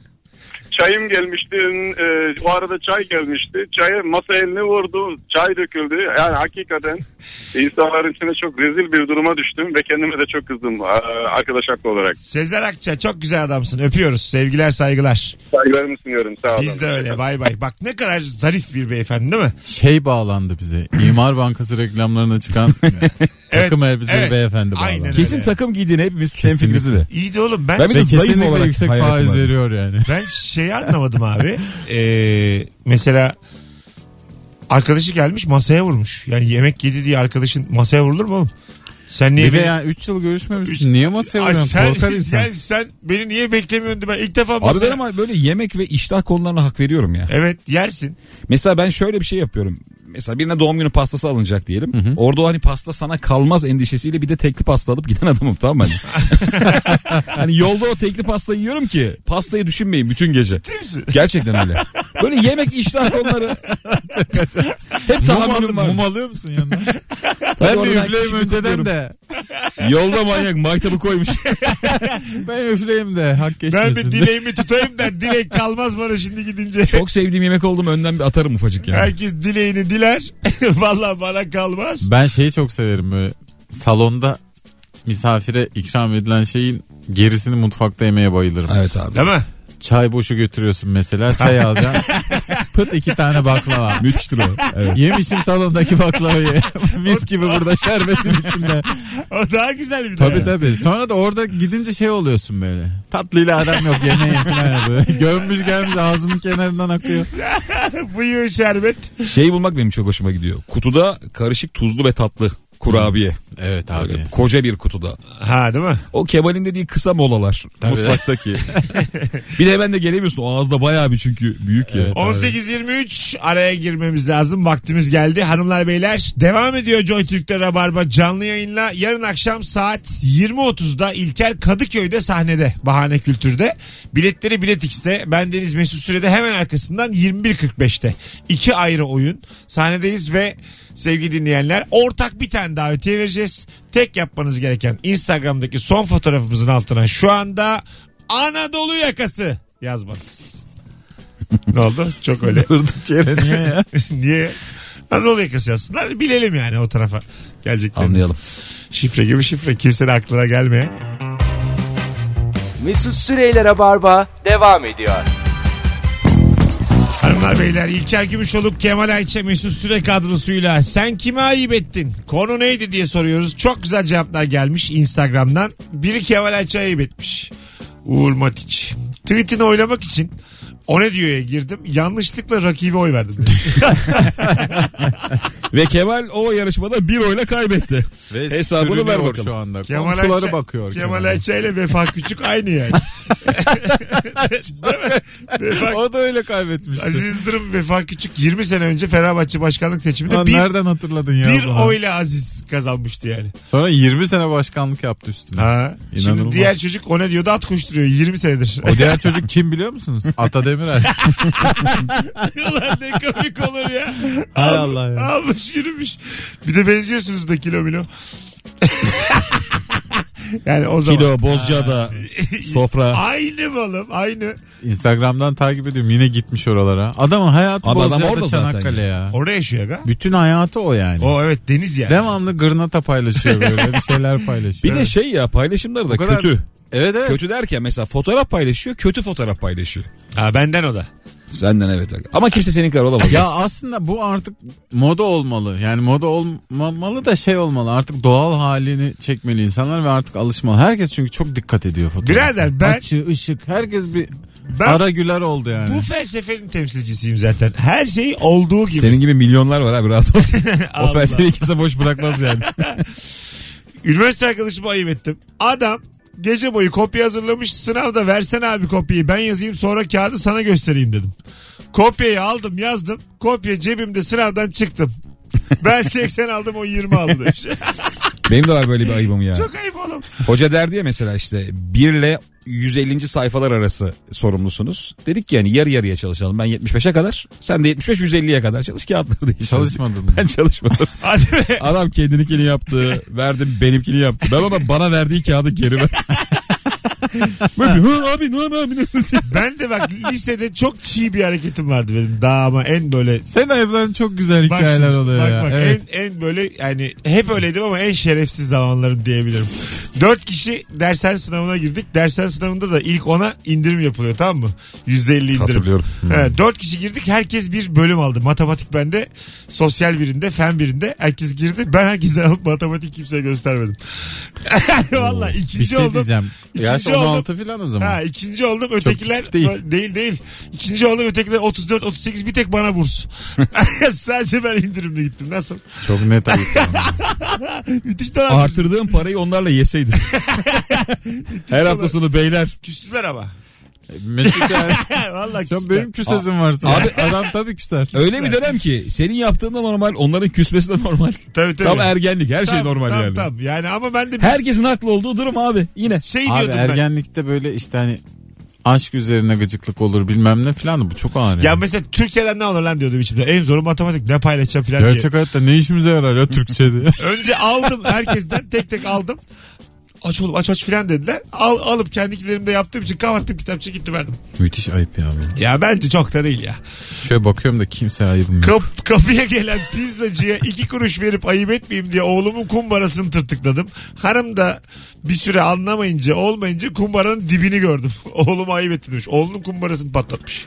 Speaker 6: Çayım gelmişti. e, o arada çay gelmişti. Çayı masa eline vurdu. Çay döküldü. Yani hakikaten insanların içine çok rezil bir duruma düştüm ve kendime de çok kızdım e, arkadaş haklı olarak.
Speaker 3: Sezer Akça çok güzel adamsın. Öpüyoruz. Sevgiler saygılar.
Speaker 6: Saygılarımı sunuyorum. Sağ olun.
Speaker 3: Biz de öyle. Bay bay. Bak ne kadar zarif bir beyefendi değil mi?
Speaker 5: Şey bağlandı bize. İmar Bankası reklamlarına çıkan takım elbiseli
Speaker 3: evet.
Speaker 5: beyefendi bağlandı.
Speaker 3: Aynen öyle.
Speaker 5: Kesin
Speaker 4: Kesin takım giydiğine hepimiz
Speaker 5: Kesinlikle.
Speaker 4: senfimizi de.
Speaker 3: İyi de oğlum ben
Speaker 4: Ben bir
Speaker 5: Ve
Speaker 4: de zayıf
Speaker 5: kesinlikle
Speaker 4: olarak
Speaker 5: yüksek
Speaker 4: hayatım
Speaker 5: faiz
Speaker 4: abi.
Speaker 5: veriyor yani.
Speaker 3: ben şeyi anlamadım abi. Ee, mesela arkadaşı gelmiş masaya vurmuş. Yani yemek yedi diye arkadaşın masaya vurulur mu oğlum? Sen niye
Speaker 5: Bir de
Speaker 3: beni-
Speaker 5: yani 3 yıl
Speaker 3: Üç-
Speaker 5: görüşmemişsin. Niye masaya
Speaker 3: Ay
Speaker 5: vuruyorsun?
Speaker 3: sen,
Speaker 5: Korkar insan.
Speaker 3: sen, sen beni niye beklemiyordun ben ilk defa
Speaker 4: Abi
Speaker 3: masaya...
Speaker 4: ben ama böyle yemek ve iştah konularına hak veriyorum ya.
Speaker 3: Evet yersin.
Speaker 4: Mesela ben şöyle bir şey yapıyorum. Mesela birine doğum günü pastası alınacak diyelim. Orada o hani pasta sana kalmaz endişesiyle bir de tekli pasta alıp giden adamım tamam mı? Hani, Hani yolda o tekli pastayı yiyorum ki pastayı düşünmeyin bütün gece.
Speaker 3: Değil misin?
Speaker 4: Gerçekten öyle. Böyle yemek iştah onları. Hep tahammülüm var.
Speaker 5: mum alıyor musun yanına?
Speaker 4: Tabii
Speaker 5: ben bir
Speaker 4: oradan
Speaker 5: üfleyeyim
Speaker 4: küçük
Speaker 5: önceden
Speaker 4: tutuyorum.
Speaker 5: de.
Speaker 4: Yolda manyak maytabı koymuş.
Speaker 5: Ben üfleyeyim de hak
Speaker 3: Ben
Speaker 5: geçmesin.
Speaker 3: bir dileğimi tutayım da dilek kalmaz bana şimdi gidince.
Speaker 4: Çok sevdiğim yemek oldu mu önden bir atarım ufacık yani.
Speaker 3: Herkes dileğini diler. Vallahi bana kalmaz.
Speaker 5: Ben şeyi çok severim böyle salonda misafire ikram edilen şeyin gerisini mutfakta yemeye bayılırım.
Speaker 4: Evet abi.
Speaker 3: Değil mi?
Speaker 5: Çay boşu götürüyorsun mesela çay alacaksın. Pıt iki tane baklava.
Speaker 4: Müthiştir o. Evet.
Speaker 5: Yemişim salondaki baklavayı. Mis gibi burada şerbetin içinde.
Speaker 3: O daha güzel bir de.
Speaker 5: Tabii tabii. Sonra da orada gidince şey oluyorsun böyle. Tatlıyla adam yok yemeği falan yapıyor. Gömmüş gelmiş ağzının kenarından akıyor.
Speaker 3: Buyur şerbet.
Speaker 4: Şey bulmak benim çok hoşuma gidiyor. Kutuda karışık tuzlu ve tatlı kurabiye.
Speaker 5: Hmm. Evet
Speaker 4: Böyle koca bir kutuda.
Speaker 3: Ha değil mi?
Speaker 4: O Kemal'in dediği kısa molalar mutfaktaki. bir de hemen de gelemiyorsun. O ağızda bayağı bir çünkü büyük ya.
Speaker 5: Evet.
Speaker 3: 18.23 araya girmemiz lazım. Vaktimiz geldi. Hanımlar beyler devam ediyor Joy Türk'te Rabarba canlı yayınla. Yarın akşam saat 20.30'da İlker Kadıköy'de sahnede Bahane Kültür'de. Biletleri Bilet X'te. Ben Deniz Mesut Süre'de hemen arkasından 21.45'te. İki ayrı oyun. Sahnedeyiz ve sevgili dinleyenler ortak bir tane davetiye vereceğiz. Tek yapmanız gereken Instagram'daki son fotoğrafımızın altına şu anda Anadolu yakası yazmanız. Ne oldu? Çok öyle.
Speaker 5: Durduk yere niye ya?
Speaker 3: Niye? Anadolu yakası yazsınlar. Bilelim yani o tarafa geleceklerini.
Speaker 4: Anlayalım.
Speaker 3: Şifre gibi şifre. Kimsenin aklına gelmeyen.
Speaker 1: Mesut Süreyler'e barba devam ediyor.
Speaker 3: Hanımlar beyler İlker Gümüşoluk, Kemal Ayça, Mesut Süre kadrosuyla sen kime ayıp ettin? Konu neydi diye soruyoruz. Çok güzel cevaplar gelmiş Instagram'dan. Biri Kemal Ayça ayıp etmiş. Uğur Matiç. Tweetini oylamak için o ne diyor'ya girdim. Yanlışlıkla rakibe oy verdim.
Speaker 4: Ve Kemal o yarışmada bir oyla kaybetti. Hesabını ver
Speaker 5: sürünüyor
Speaker 4: bakalım.
Speaker 5: Şu anda.
Speaker 3: Kemal
Speaker 5: Komşuları
Speaker 3: Ayça-
Speaker 5: bakıyor.
Speaker 3: Kemal Ayça ile Vefa Küçük aynı yani. Değil mi? Vefa
Speaker 5: O da öyle kaybetmişti.
Speaker 3: Aziz Yıldırım Vefa Küçük 20 sene önce Fenerbahçe başkanlık seçiminde
Speaker 5: Lan
Speaker 3: bir,
Speaker 5: nereden hatırladın ya?
Speaker 3: bir
Speaker 5: bu arada?
Speaker 3: oyla Aziz kazanmıştı yani.
Speaker 5: Sonra 20 sene başkanlık yaptı üstüne.
Speaker 3: Ha. Şimdi
Speaker 5: İnanılmaz.
Speaker 3: diğer çocuk o ne diyordu at koşturuyor 20 senedir.
Speaker 5: O diğer çocuk kim biliyor musunuz? Ata Demirer.
Speaker 3: Ulan ne komik olur ya.
Speaker 5: Hay
Speaker 3: Al-
Speaker 5: Allah ya.
Speaker 3: Almış yürümüş. Bir de benziyorsunuz da kilo milo. yani o zaman.
Speaker 4: Kilo, Bozcaada, sofra.
Speaker 3: Aynı mı oğlum aynı.
Speaker 5: Instagram'dan takip ediyorum. Yine gitmiş oralara. Adamın hayatı
Speaker 4: Abi adam
Speaker 5: Bozcaada
Speaker 4: orada zaten
Speaker 5: Çanakkale ya.
Speaker 3: Orada yaşıyor aga.
Speaker 5: Bütün hayatı o yani.
Speaker 3: O evet deniz yani.
Speaker 5: Devamlı gırnata paylaşıyor böyle bir şeyler paylaşıyor.
Speaker 4: Bir de şey ya paylaşımları da
Speaker 5: O kadar-
Speaker 4: kötü.
Speaker 5: Evet evet.
Speaker 4: Kötü derken mesela fotoğraf paylaşıyor, kötü fotoğraf paylaşıyor.
Speaker 3: Ha, benden o da.
Speaker 4: Senden evet. Ama kimse senin kadar olamaz.
Speaker 5: Ya aslında bu artık moda olmalı. Yani moda olmamalı da şey olmalı. Artık doğal halini çekmeli insanlar ve artık alışmalı. Herkes çünkü çok dikkat ediyor fotoğrafa.
Speaker 3: Birader ben-
Speaker 5: Açı, ışık herkes bir
Speaker 3: Ben-
Speaker 5: ara güler oldu yani.
Speaker 3: Bu felsefenin temsilcisiyim zaten. Her şey olduğu gibi.
Speaker 4: Senin gibi milyonlar var abi rahat ol. o
Speaker 3: Allah.
Speaker 4: felsefeyi kimse boş bırakmaz yani.
Speaker 3: Üniversite arkadaşıma ayıp ettim. Adam gece boyu kopya hazırlamış sınavda versen abi kopyayı ben yazayım sonra kağıdı sana göstereyim dedim. Kopyayı aldım yazdım. Kopya cebimde sınavdan çıktım. Ben 80 aldım o 20 aldı. demiş.
Speaker 4: Benim de var böyle bir ayıbım ya.
Speaker 3: Çok ayıp oğlum.
Speaker 4: Hoca derdi ya mesela işte 1 ile 150. sayfalar arası sorumlusunuz. Dedik ki yani yarı yarıya çalışalım. Ben 75'e kadar, sen de 75-150'ye kadar çalış kağıtları değiştir.
Speaker 5: Çalışmadın mı?
Speaker 4: Ben çalışmadım.
Speaker 3: Hadi be.
Speaker 4: Adam kendinikini yaptı. Verdim benimkini yaptı. Ben ona bana verdiği kağıdı geri ver. Böyle bir, "Hı, abi ne abi ne
Speaker 3: Ben de bak lisede çok çiğ bir hareketim vardı benim. Daha ama en böyle
Speaker 5: Senin ayıpların çok güzel
Speaker 3: Bak
Speaker 5: hikayeler
Speaker 3: şimdi,
Speaker 5: oluyor
Speaker 3: bak
Speaker 5: ya.
Speaker 3: bak,
Speaker 5: evet.
Speaker 3: en, en böyle yani hep öyleydim ama en şerefsiz zamanlarım diyebilirim. Dört kişi dersen sınavına girdik. Dersen sınavında da ilk ona indirim yapılıyor tamam mı? Yüzde elli indirim.
Speaker 4: Hatırlıyorum.
Speaker 3: He, dört kişi girdik herkes bir bölüm aldı. Matematik bende, sosyal birinde, fen birinde. Herkes girdi. Ben herkesten alıp matematik kimseye göstermedim. Valla ikinci
Speaker 5: Bir şey
Speaker 3: oldum.
Speaker 5: diyeceğim. Yaş
Speaker 3: İkinci oldum.
Speaker 5: 16 falan o zaman.
Speaker 3: Ha, ikinci oldum ötekiler
Speaker 5: küçük değil.
Speaker 3: değil değil. İkinci oldum ötekiler 34 38 bir tek bana burs. Sadece ben indirimle gittim. Nasıl?
Speaker 5: Çok net ayıp.
Speaker 3: Müthiş dolandırıcı.
Speaker 4: Artırdığım parayı onlarla yeseydim. Her hafta sonu beyler.
Speaker 3: Küstüler ama.
Speaker 5: Mesut yani.
Speaker 3: Valla
Speaker 5: Şu an
Speaker 3: küstüler.
Speaker 5: benim küsesim varsa. Abi adam tabii küser.
Speaker 4: Öyle bir dönem ki senin yaptığın da normal, onların küsmesi de normal.
Speaker 3: Tabii tabii.
Speaker 4: Tam ergenlik, her şey
Speaker 3: Tam,
Speaker 4: normal
Speaker 3: tam,
Speaker 4: yani.
Speaker 3: Tam. Yani ama ben de bir
Speaker 4: Herkesin haklı olduğu durum abi yine.
Speaker 3: şey
Speaker 5: Abi
Speaker 3: diyordum ben.
Speaker 5: ergenlikte böyle işte hani aşk üzerine gıcıklık olur bilmem ne falan da bu çok ağır.
Speaker 3: Ya
Speaker 5: yani.
Speaker 3: mesela Türkçeden ne olur lan diyordum içimde. En zoru matematik ne paylaşacağım falan diye.
Speaker 5: Gerçek hayatta ne işimize yarar ya Türkçe'de?
Speaker 3: Önce aldım herkesten tek tek aldım. Aç oğlum aç aç filan dediler. Al, alıp kendikilerimde yaptığım için kapattım kitapçı gitti verdim.
Speaker 5: Müthiş ayıp ya. bu.
Speaker 3: Ya bence çok da değil ya.
Speaker 5: Şöyle bakıyorum da kimse ayıbım yok.
Speaker 3: Kap, kapıya gelen pizzacıya iki kuruş verip ayıp etmeyeyim diye oğlumun kumbarasını tırtıkladım. Hanım da bir süre anlamayınca olmayınca kumbaranın dibini gördüm. Oğlum ayıp etmiş. Oğlunun kumbarasını patlatmış.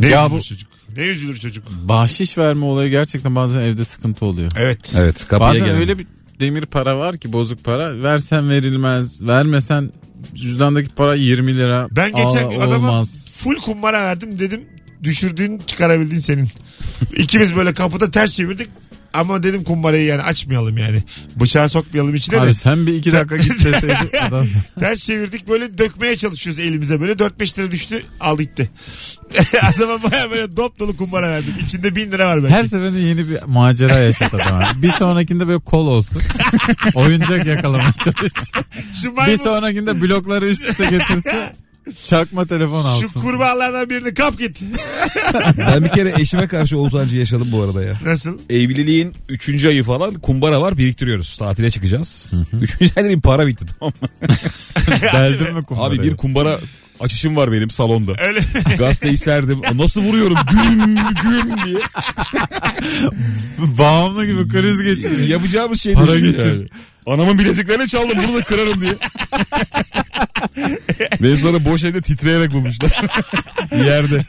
Speaker 3: Ne
Speaker 5: Ya
Speaker 3: üzülür
Speaker 5: bu-
Speaker 3: çocuk. Ne üzülür çocuk.
Speaker 5: Bahşiş verme olayı gerçekten bazen evde sıkıntı oluyor.
Speaker 3: Evet.
Speaker 4: Evet kapıya
Speaker 5: bazen
Speaker 4: gelen.
Speaker 5: öyle bir demir para var ki bozuk para. Versen verilmez. Vermesen cüzdandaki para 20 lira.
Speaker 3: Ben geçen
Speaker 5: Aa,
Speaker 3: adama
Speaker 5: olmaz.
Speaker 3: full kumbara verdim dedim düşürdüğün çıkarabildiğin senin. İkimiz böyle kapıda ters çevirdik ama dedim kumbarayı yani açmayalım yani. Bıçağı sokmayalım içine de.
Speaker 5: Abi sen bir iki dakika git deseydin. adam-
Speaker 3: Ters çevirdik böyle dökmeye çalışıyoruz elimize böyle 4-5 lira düştü al gitti. Adama baya böyle dop dolu kumbara verdim. İçinde 1000 lira var belki.
Speaker 5: Her seferinde yeni bir macera yaşat adama. bir sonrakinde böyle kol olsun. Oyuncak yakalamaya çalışsın.
Speaker 3: Şu
Speaker 5: bir
Speaker 3: maymun
Speaker 5: sonrakinde blokları üst üste getirse çakma telefon alsın.
Speaker 3: şu kurbağalardan birini kap git.
Speaker 4: Ben bir kere eşime karşı o utancı yaşadım bu arada ya.
Speaker 3: Nasıl?
Speaker 4: Evliliğin 3. ayı falan kumbara var biriktiriyoruz. Tatile çıkacağız. 3. ayda bir para bitti tamam mı?
Speaker 5: Deldin mi kumbarayı?
Speaker 4: Abi bir kumbara açışım var benim salonda.
Speaker 3: Öyle
Speaker 4: Gazeteyi serdim. Nasıl vuruyorum güm güm diye.
Speaker 5: bağımlı gibi kriz geçiriyor.
Speaker 4: Yapacağımız şey
Speaker 5: Para
Speaker 4: düşün
Speaker 5: getir.
Speaker 4: yani. Anamın bileziklerini çaldım bunu da kırarım diye. Beni sonra boş evde titreyerek bulmuşlar. Yerde.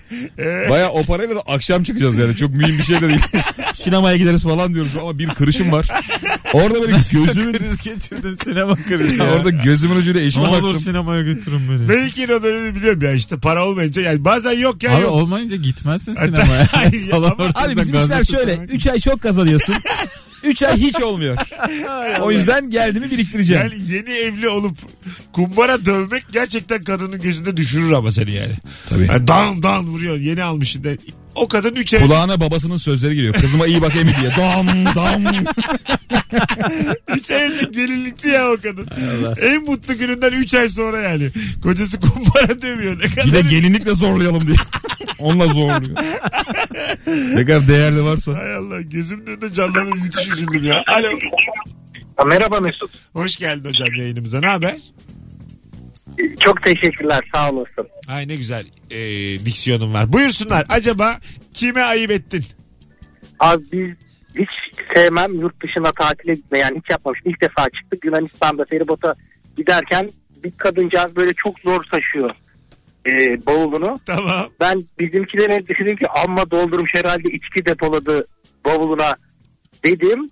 Speaker 4: Baya o parayla da akşam çıkacağız yani. Çok mühim bir şey de değil. Sinemaya gideriz falan diyoruz ama bir kırışım var. Orada böyle gözümün
Speaker 5: kriz geçirdin sinema krizi. ya.
Speaker 4: orada gözümün ucuyla
Speaker 5: ne
Speaker 4: eşime
Speaker 5: olur
Speaker 4: baktım.
Speaker 5: sinemaya götürün beni.
Speaker 3: ben ilk yeni o dönemi biliyorum ya işte para olmayınca yani bazen yok ya
Speaker 5: Abi
Speaker 3: yok.
Speaker 5: olmayınca gitmezsin sinemaya.
Speaker 3: Hayır ya,
Speaker 5: Salon
Speaker 3: ama-
Speaker 5: ortasında
Speaker 4: Abi bizim
Speaker 5: gazete
Speaker 4: işler şöyle.
Speaker 5: tutmak.
Speaker 4: 3 ay çok kazanıyorsun. 3 ay hiç olmuyor. o yüzden geldiğimi biriktireceğim.
Speaker 3: Yani yeni evli olup kumbara dövmek gerçekten kadının gözünde düşürür ama seni yani.
Speaker 4: Tabii.
Speaker 3: yani dan dan vuruyor yeni almışsın. da. O kadın 3 ay,
Speaker 4: Kulağına babasının sözleri geliyor. Kızıma iyi bak Emi diye. Dam dam.
Speaker 3: üç aylık gelinlikti ya o kadın. En mutlu gününden 3 ay sonra yani. Kocası kumbara dövüyor. Ne kadar
Speaker 4: Bir de gelinlikle zorlayalım diye. Onunla zorluyor. ne kadar değerli varsa.
Speaker 3: Hay Allah gözümün önünde canlandı müthiş üzüldüm ya. Alo.
Speaker 8: Merhaba Mesut.
Speaker 3: Hoş geldin hocam yayınımıza. Ne haber?
Speaker 8: Çok teşekkürler sağ olasın.
Speaker 3: Ay ne güzel e, diksiyonun var. Buyursunlar. Acaba kime ayıp ettin?
Speaker 8: Abi biz hiç sevmem yurt dışına tatile gitme yani hiç yapmamıştım. İlk defa çıktık Yunanistan'da feribota giderken bir kadıncağız böyle çok zor taşıyor.
Speaker 6: e, bavulunu.
Speaker 3: Tamam.
Speaker 6: Ben bizimkilere dedim ki amma doldurmuş herhalde içki depoladı bavuluna dedim.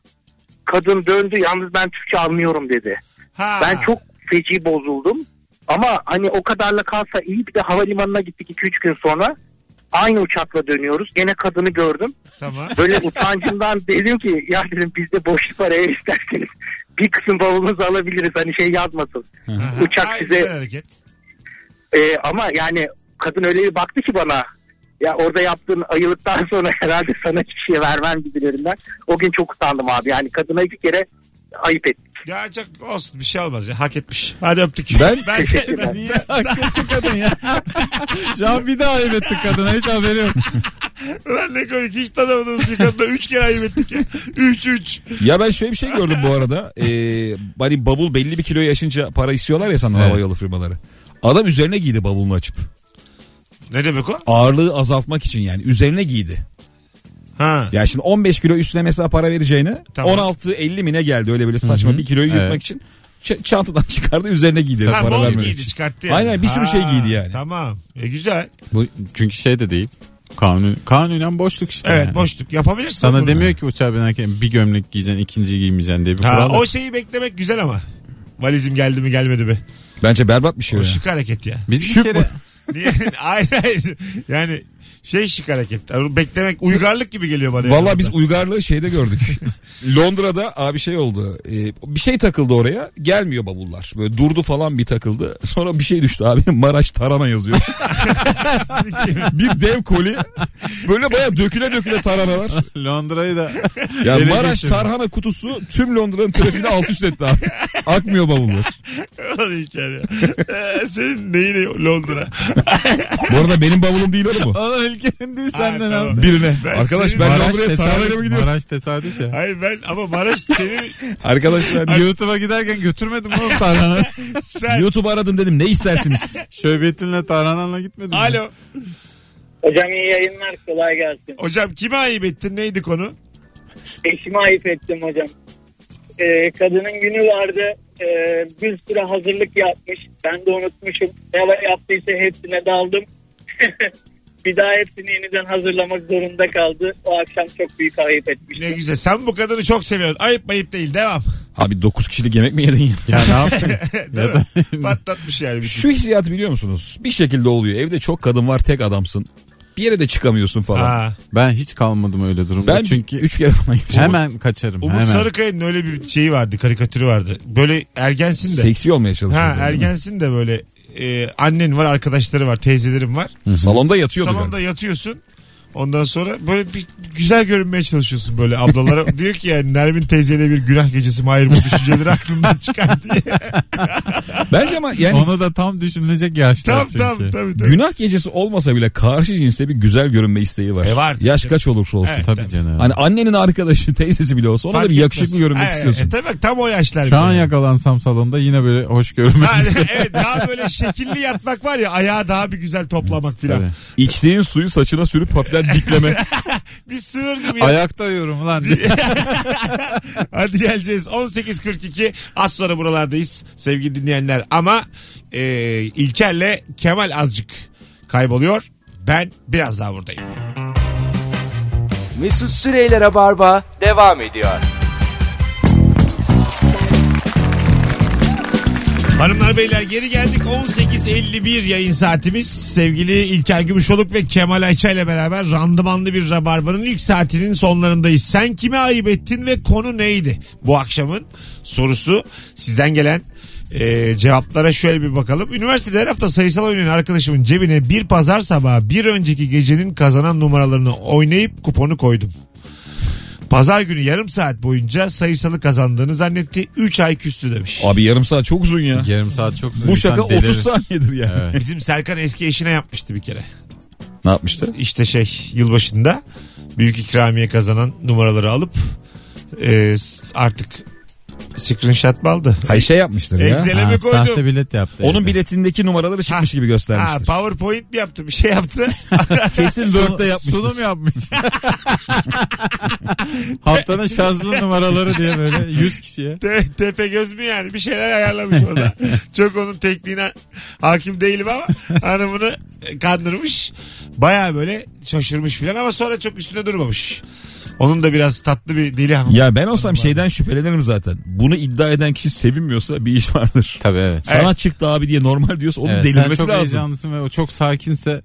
Speaker 6: Kadın döndü yalnız ben Türkçe anlıyorum dedi.
Speaker 3: Ha.
Speaker 6: Ben çok feci bozuldum. Ama hani o kadarla kalsa iyi bir de havalimanına gittik 2-3 gün sonra. Aynı uçakla dönüyoruz. Gene kadını gördüm.
Speaker 3: Tamam.
Speaker 6: Böyle utancımdan dedim ki ya dedim bizde boşluk var eğer isterseniz bir kısım bavulunuzu alabiliriz. Hani şey yazmasın.
Speaker 3: Aha.
Speaker 6: Uçak
Speaker 3: Ay,
Speaker 6: size-
Speaker 3: güzel hareket.
Speaker 6: Ee, ama yani kadın öyle bir baktı ki bana. Ya orada yaptığın ayılıktan sonra herhalde sana hiçbir şey vermem gibilerinden. O gün çok utandım abi. Yani kadına iki kere ayıp ettim.
Speaker 3: Ya çok olsun bir şey olmaz ya hak etmiş. Hadi öptük.
Speaker 4: Ben-
Speaker 3: ben, ben,
Speaker 6: Teşekkürler.
Speaker 5: Haklı kadın ya. Şu an bir daha ayıp ettik kadına hiç haberi yok.
Speaker 3: Ulan ne komik hiç tanımadığımız bir kadına üç kere ayıp ettik ya. Üç üç.
Speaker 4: Ya ben şöyle bir şey gördüm bu arada. Ee, hani bavul belli bir kiloyu aşınca para istiyorlar ya sana hava yolu firmaları. Adam üzerine giydi bavulunu açıp.
Speaker 3: Ne demek o?
Speaker 4: Ağırlığı azaltmak için yani üzerine giydi.
Speaker 3: Ha.
Speaker 4: Ya şimdi 15 kilo üstüne mesela para vereceğine
Speaker 3: Tamam.
Speaker 4: 16 50 mine geldi öyle böyle saçma bir kiloyu
Speaker 5: Evet.
Speaker 4: yırtmak için. Ç- çantadan çıkardı üzerine giydi.
Speaker 3: Ha
Speaker 4: para
Speaker 3: mont
Speaker 4: vermemek
Speaker 3: giydi
Speaker 4: için.
Speaker 3: çıkarttı yani.
Speaker 4: Aynen, bir sürü şey
Speaker 3: Ha,
Speaker 4: giydi yani.
Speaker 3: Tamam. E, güzel.
Speaker 5: Bu çünkü şey de değil. Kanun, kanunen boşluk işte.
Speaker 3: Evet
Speaker 5: yani.
Speaker 3: boşluk yapabilirsin.
Speaker 5: Sana
Speaker 3: bunu.
Speaker 5: demiyor ki uçağa binerken bir gömlek giyeceksin ikinciyi giymeyeceksin diye bir
Speaker 3: Ha,
Speaker 5: kural. yok.
Speaker 3: o şeyi beklemek güzel ama. Valizim geldi mi gelmedi mi?
Speaker 4: Bence berbat bir şey
Speaker 3: O
Speaker 4: o ya.
Speaker 3: şık hareket ya.
Speaker 5: Biz bir
Speaker 4: Şık
Speaker 5: kere
Speaker 4: mı?
Speaker 3: Niye? hayır hayır. Yani şey şık hareket. Yani Beklemek uygarlık gibi geliyor bana.
Speaker 4: Valla biz uygarlığı şeyde gördük. Londra'da abi şey oldu. Ee, bir şey takıldı oraya. Gelmiyor bavullar. Böyle durdu falan bir takıldı. Sonra bir şey düştü abi. Maraş Tarana yazıyor. bir dev koli. Böyle baya döküle döküle taranalar.
Speaker 5: Londra'yı da
Speaker 4: Ya
Speaker 5: Ele
Speaker 4: Maraş
Speaker 5: geçirdim.
Speaker 4: tarhana kutusu tüm Londra'nın trafiğini alt üst etti abi. Akmıyor bavullar.
Speaker 3: Ulan İlker ya. Ee, Senin neyin Londra?
Speaker 4: Bu arada benim bavulum değil oğlum bu.
Speaker 5: Oğlum ülkenin değil senden
Speaker 3: tamam.
Speaker 5: abi.
Speaker 4: Birine.
Speaker 3: Ben
Speaker 4: Arkadaş
Speaker 3: senin-
Speaker 4: ben
Speaker 5: Maraş
Speaker 4: Londra'ya tarhanayla mı
Speaker 5: tesadüf,
Speaker 4: gidiyorum?
Speaker 5: Maraş tesadüf ya.
Speaker 3: Hayır ben ama Maraş senin
Speaker 4: Arkadaşlar
Speaker 5: YouTube'a giderken götürmedim oğlum tarhana.
Speaker 3: sen.
Speaker 4: YouTube aradım dedim ne istersiniz?
Speaker 5: Şöbetinle tarhananla gitmedim.
Speaker 3: Alo.
Speaker 10: Hocam iyi yayınlar kolay gelsin.
Speaker 3: Hocam kime ayıp ettin? Neydi konu?
Speaker 10: Eşime ayıp ettim hocam. Ee, kadının günü vardı. Ee, bir sürü hazırlık yapmış. Ben de unutmuşum. Ne var yaptıysa hepsine daldım. bir daha hepsini yeniden hazırlamak zorunda kaldı. O akşam çok büyük ayıp
Speaker 3: Ne
Speaker 10: etmiştim.
Speaker 3: güzel. Sen bu kadını çok seviyorsun. Ayıp mayıp değil. Devam.
Speaker 4: Abi 9 kişilik yemek mi yedin ya?
Speaker 5: Ya ne yaptın?
Speaker 3: Değil mi? Patlatmış yani. şey. bütün.
Speaker 4: Şu hissiyatı biliyor musunuz? Bir şekilde oluyor. Evde çok kadın var tek adamsın. Bir yere de çıkamıyorsun falan.
Speaker 3: Ha.
Speaker 5: Ben hiç kalmadım öyle durumda.
Speaker 4: ben
Speaker 5: çünkü
Speaker 4: çünkü 3 kere falan yaşadım.
Speaker 5: hemen kaçarım.
Speaker 3: Umut
Speaker 5: hemen.
Speaker 3: Sarıkaya'nın öyle bir şeyi vardı. Karikatürü vardı. Böyle ergensin de.
Speaker 4: Seksi olmaya çalışıyorum.
Speaker 3: Ha ergensin de böyle e, annen var, arkadaşları var, teyzelerin var.
Speaker 4: Salonda yatıyordu
Speaker 3: Salonda
Speaker 4: galiba.
Speaker 3: yatıyorsun. Ondan sonra böyle bir güzel görünmeye çalışıyorsun böyle ablalara. Diyor ki yani Nermin teyzeyle bir günah gecesi mi? Hayır bu düşünceleri aklımdan çıkar diye.
Speaker 4: Bence ama yani
Speaker 5: Onu da tam düşünülecek yaşlar
Speaker 3: tamam
Speaker 5: çünkü.
Speaker 3: tamam tabii tabii.
Speaker 4: günah gecesi olmasa bile karşı cinse bir güzel görünme isteği var.
Speaker 3: E, var.
Speaker 4: Yaş kaç olursa olsun.
Speaker 3: Evet.
Speaker 5: E, Tabii canım.
Speaker 4: Hani annenin arkadaşı teyzesi bile olsa ona
Speaker 3: Fark
Speaker 4: da bir yakışıklı
Speaker 3: etmez.
Speaker 4: görünmek
Speaker 3: Ha,
Speaker 4: istiyorsun.
Speaker 3: E, tabii tam o yaşlar.
Speaker 5: Şu
Speaker 3: bir
Speaker 5: an
Speaker 3: de.
Speaker 5: yakalansam salonda yine böyle hoş görünmek
Speaker 3: Ha,
Speaker 5: isterim.
Speaker 3: evet daha böyle şekilli yatmak var ya ayağı daha bir güzel toplamak filan.
Speaker 5: Tabii.
Speaker 4: İçtiğin suyu saçına sürüp hafiften dikleme.
Speaker 3: Bir sığır gibi ya.
Speaker 5: Ayakta yiyorum lan. diye.
Speaker 3: Hadi geleceğiz. 18.42 az sonra buralardayız sevgili dinleyenler. Ama e, İlker'le Kemal azıcık kayboluyor. Ben biraz daha buradayım.
Speaker 1: Mesut Süreyler'e barba devam ediyor.
Speaker 3: Hanımlar beyler geri geldik. 18.51 yayın saatimiz. Sevgili İlker Gümüşoluk ve Kemal Ayça ile beraber randımanlı bir rabarbanın ilk saatinin sonlarındayız. Sen kime ayıp ettin ve konu neydi? Bu akşamın sorusu sizden gelen e, cevaplara şöyle bir bakalım. Üniversitede her hafta sayısal oynayan arkadaşımın cebine bir pazar sabahı bir önceki gecenin kazanan numaralarını oynayıp kuponu koydum. Pazar günü yarım saat boyunca sayısalı kazandığını zannetti. 3 ay küstü demiş.
Speaker 4: Abi yarım saat çok uzun ya.
Speaker 5: Yarım saat çok uzun.
Speaker 4: Bu
Speaker 5: İnsan
Speaker 4: şaka 30
Speaker 5: delirir.
Speaker 4: saniyedir yani.
Speaker 5: Evet.
Speaker 3: Bizim Serkan eski eşine yapmıştı bir kere.
Speaker 4: Ne yapmıştı?
Speaker 3: İşte şey yılbaşında büyük ikramiye kazanan numaraları alıp e, s- artık Screenshot mı aldı?
Speaker 4: Hay şey yapmıştır ya.
Speaker 3: Excel'e mi
Speaker 5: Ha,
Speaker 3: koydu?
Speaker 5: sahte bilet yaptı.
Speaker 4: Onun
Speaker 5: evde.
Speaker 4: biletindeki numaraları çıkmış
Speaker 3: Ha.
Speaker 4: gibi
Speaker 3: Ha,
Speaker 4: göstermiştir.
Speaker 3: PowerPoint mi yaptı? Bir şey yaptı.
Speaker 4: Kesin Word'de yapmış.
Speaker 5: Sunum yapmış. Haftanın şanslı numaraları diye böyle 100 kişiye.
Speaker 3: Te- tepe göz mü yani? Bir şeyler ayarlamış orada. Çok onun tekniğine hakim değilim ama hanımını kandırmış. Baya böyle şaşırmış filan ama sonra çok üstüne durmamış. Onun da biraz tatlı bir dili hanım.
Speaker 4: Ya ben olsam şeyden şüphelenirim zaten. Bunu iddia eden kişi sevinmiyorsa bir iş vardır.
Speaker 5: Tabii evet.
Speaker 4: Sana çıktı abi diye normal diyorsa onun
Speaker 5: Evet, sen
Speaker 4: delirmesi
Speaker 5: çok
Speaker 4: lazım.
Speaker 5: heyecanlısın ve o çok sakinse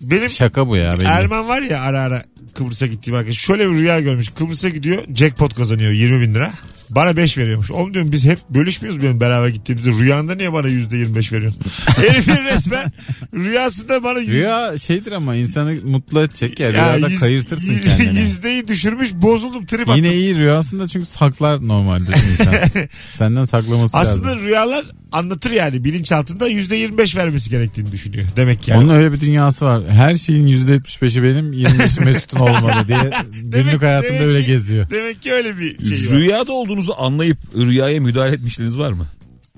Speaker 3: Benim
Speaker 5: şaka bu ya. Belli.
Speaker 3: Erman var ya ara ara Kıbrıs'a gittiğim arkadaş. Şöyle bir rüya görmüş. Kıbrıs'a gidiyor jackpot kazanıyor 20 bin lira. Bana 5 veriyormuş. Oğlum diyorum biz hep bölüşmüyoruz benim beraber gittiğimizde. Rüyanda niye bana %25 veriyorsun? Herifin resmen rüyasında bana yüz-
Speaker 5: Rüya şeydir ama insanı mutlu edecek ya.
Speaker 3: Ya
Speaker 5: Rüyada
Speaker 3: yüz-
Speaker 5: kayırtırsın
Speaker 3: yüz-
Speaker 5: kendini.
Speaker 3: Yüzdeyi düşürmüş bozuldum trip attım.
Speaker 5: Yine iyi rüyasında çünkü saklar normalde insan. Senden saklaması
Speaker 3: Aslında
Speaker 5: lazım.
Speaker 3: rüyalar anlatır yani bilinçaltında yüzde %25 vermesi gerektiğini düşünüyor. Demek ki yani.
Speaker 5: Onun öyle bir dünyası var. Her şeyin %75'i benim, 25'i Mesut'un olmalı diye günlük hayatımda
Speaker 3: demek
Speaker 5: öyle
Speaker 3: ki-
Speaker 5: geziyor.
Speaker 3: Demek ki öyle bir şey var.
Speaker 4: Rüyada olduğunuzu anlayıp rüyaya müdahale etmişliğiniz var mı?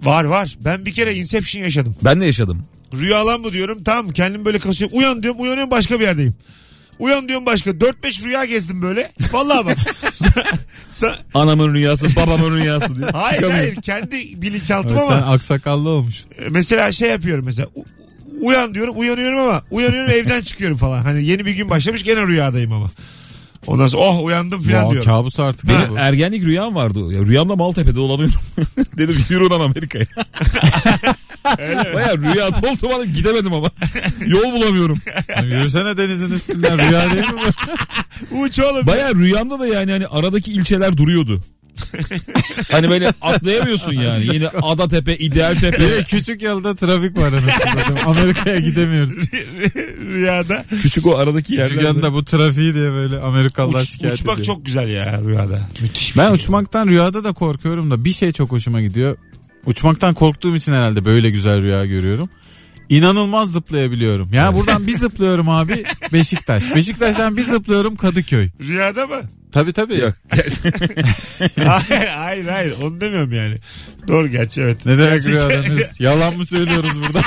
Speaker 3: Var var. Ben bir kere Inception yaşadım.
Speaker 4: Ben de yaşadım.
Speaker 3: Rüyalan mı diyorum tamam kendim böyle kasıyorum. Uyan diyorum uyanıyorum başka bir yerdeyim. Uyan diyorum başka. 4-5 rüya gezdim böyle. Vallahi bak. Sa- sa-
Speaker 4: Anamın rüyası, babamın rüyası diye.
Speaker 3: hayır
Speaker 4: Çıkamıyorum.
Speaker 3: hayır kendi bilinçaltım
Speaker 5: Evet,
Speaker 3: ama.
Speaker 5: sen aksakallı olmuşsun.
Speaker 3: mesela şey yapıyorum mesela u- uyan diyorum uyanıyorum ama uyanıyorum evden çıkıyorum falan. Hani yeni bir gün başlamış gene rüyadayım ama. Ondan sonra oh uyandım falan
Speaker 5: Vay,
Speaker 3: diyorum.
Speaker 5: kabus artık. ya bu.
Speaker 4: Benim ergenlik rüyam vardı. Ya, rüyamda Maltepe'de dolanıyorum. Dedim yürü lan Amerika'ya. Baya rüya oldu bana gidemedim ama. Yol bulamıyorum.
Speaker 5: Yani Hani Yürüsene denizin üstünden rüya değil mi? bu?
Speaker 3: Uç oğlum.
Speaker 4: Baya rüyamda da yani hani aradaki ilçeler duruyordu. hani böyle atlayamıyorsun yani. Yine Adatepe,
Speaker 5: Bir de
Speaker 4: İdealtepe.
Speaker 5: küçük yolda trafik var anasını satayım. Amerika'ya gidemiyoruz.
Speaker 3: Rüyada
Speaker 4: Küçük o aradaki
Speaker 5: Küçük
Speaker 4: yerlerde.
Speaker 5: yanda bu trafiği diye böyle Amerikalılar
Speaker 3: uç-
Speaker 5: şikayet
Speaker 3: uçmak
Speaker 5: ediyor.
Speaker 3: çok güzel ya rüyada. Müthiş bir
Speaker 5: Ben
Speaker 3: şey.
Speaker 5: uçmaktan rüyada da korkuyorum da bir şey çok hoşuma gidiyor. Uçmaktan korktuğum için herhalde böyle güzel rüya görüyorum. İnanılmaz zıplayabiliyorum. Ya buradan bir zıplıyorum abi Beşiktaş. Beşiktaş'tan bir zıplıyorum Kadıköy.
Speaker 3: Rüyada mı?
Speaker 5: Tabii tabii.
Speaker 4: Yok.
Speaker 3: hayır hayır hayır onu demiyorum yani. Doğru gerçi evet.
Speaker 5: Ne demek
Speaker 3: Gerçekten-
Speaker 5: rüyada? Mesut? Yalan mı söylüyoruz burada?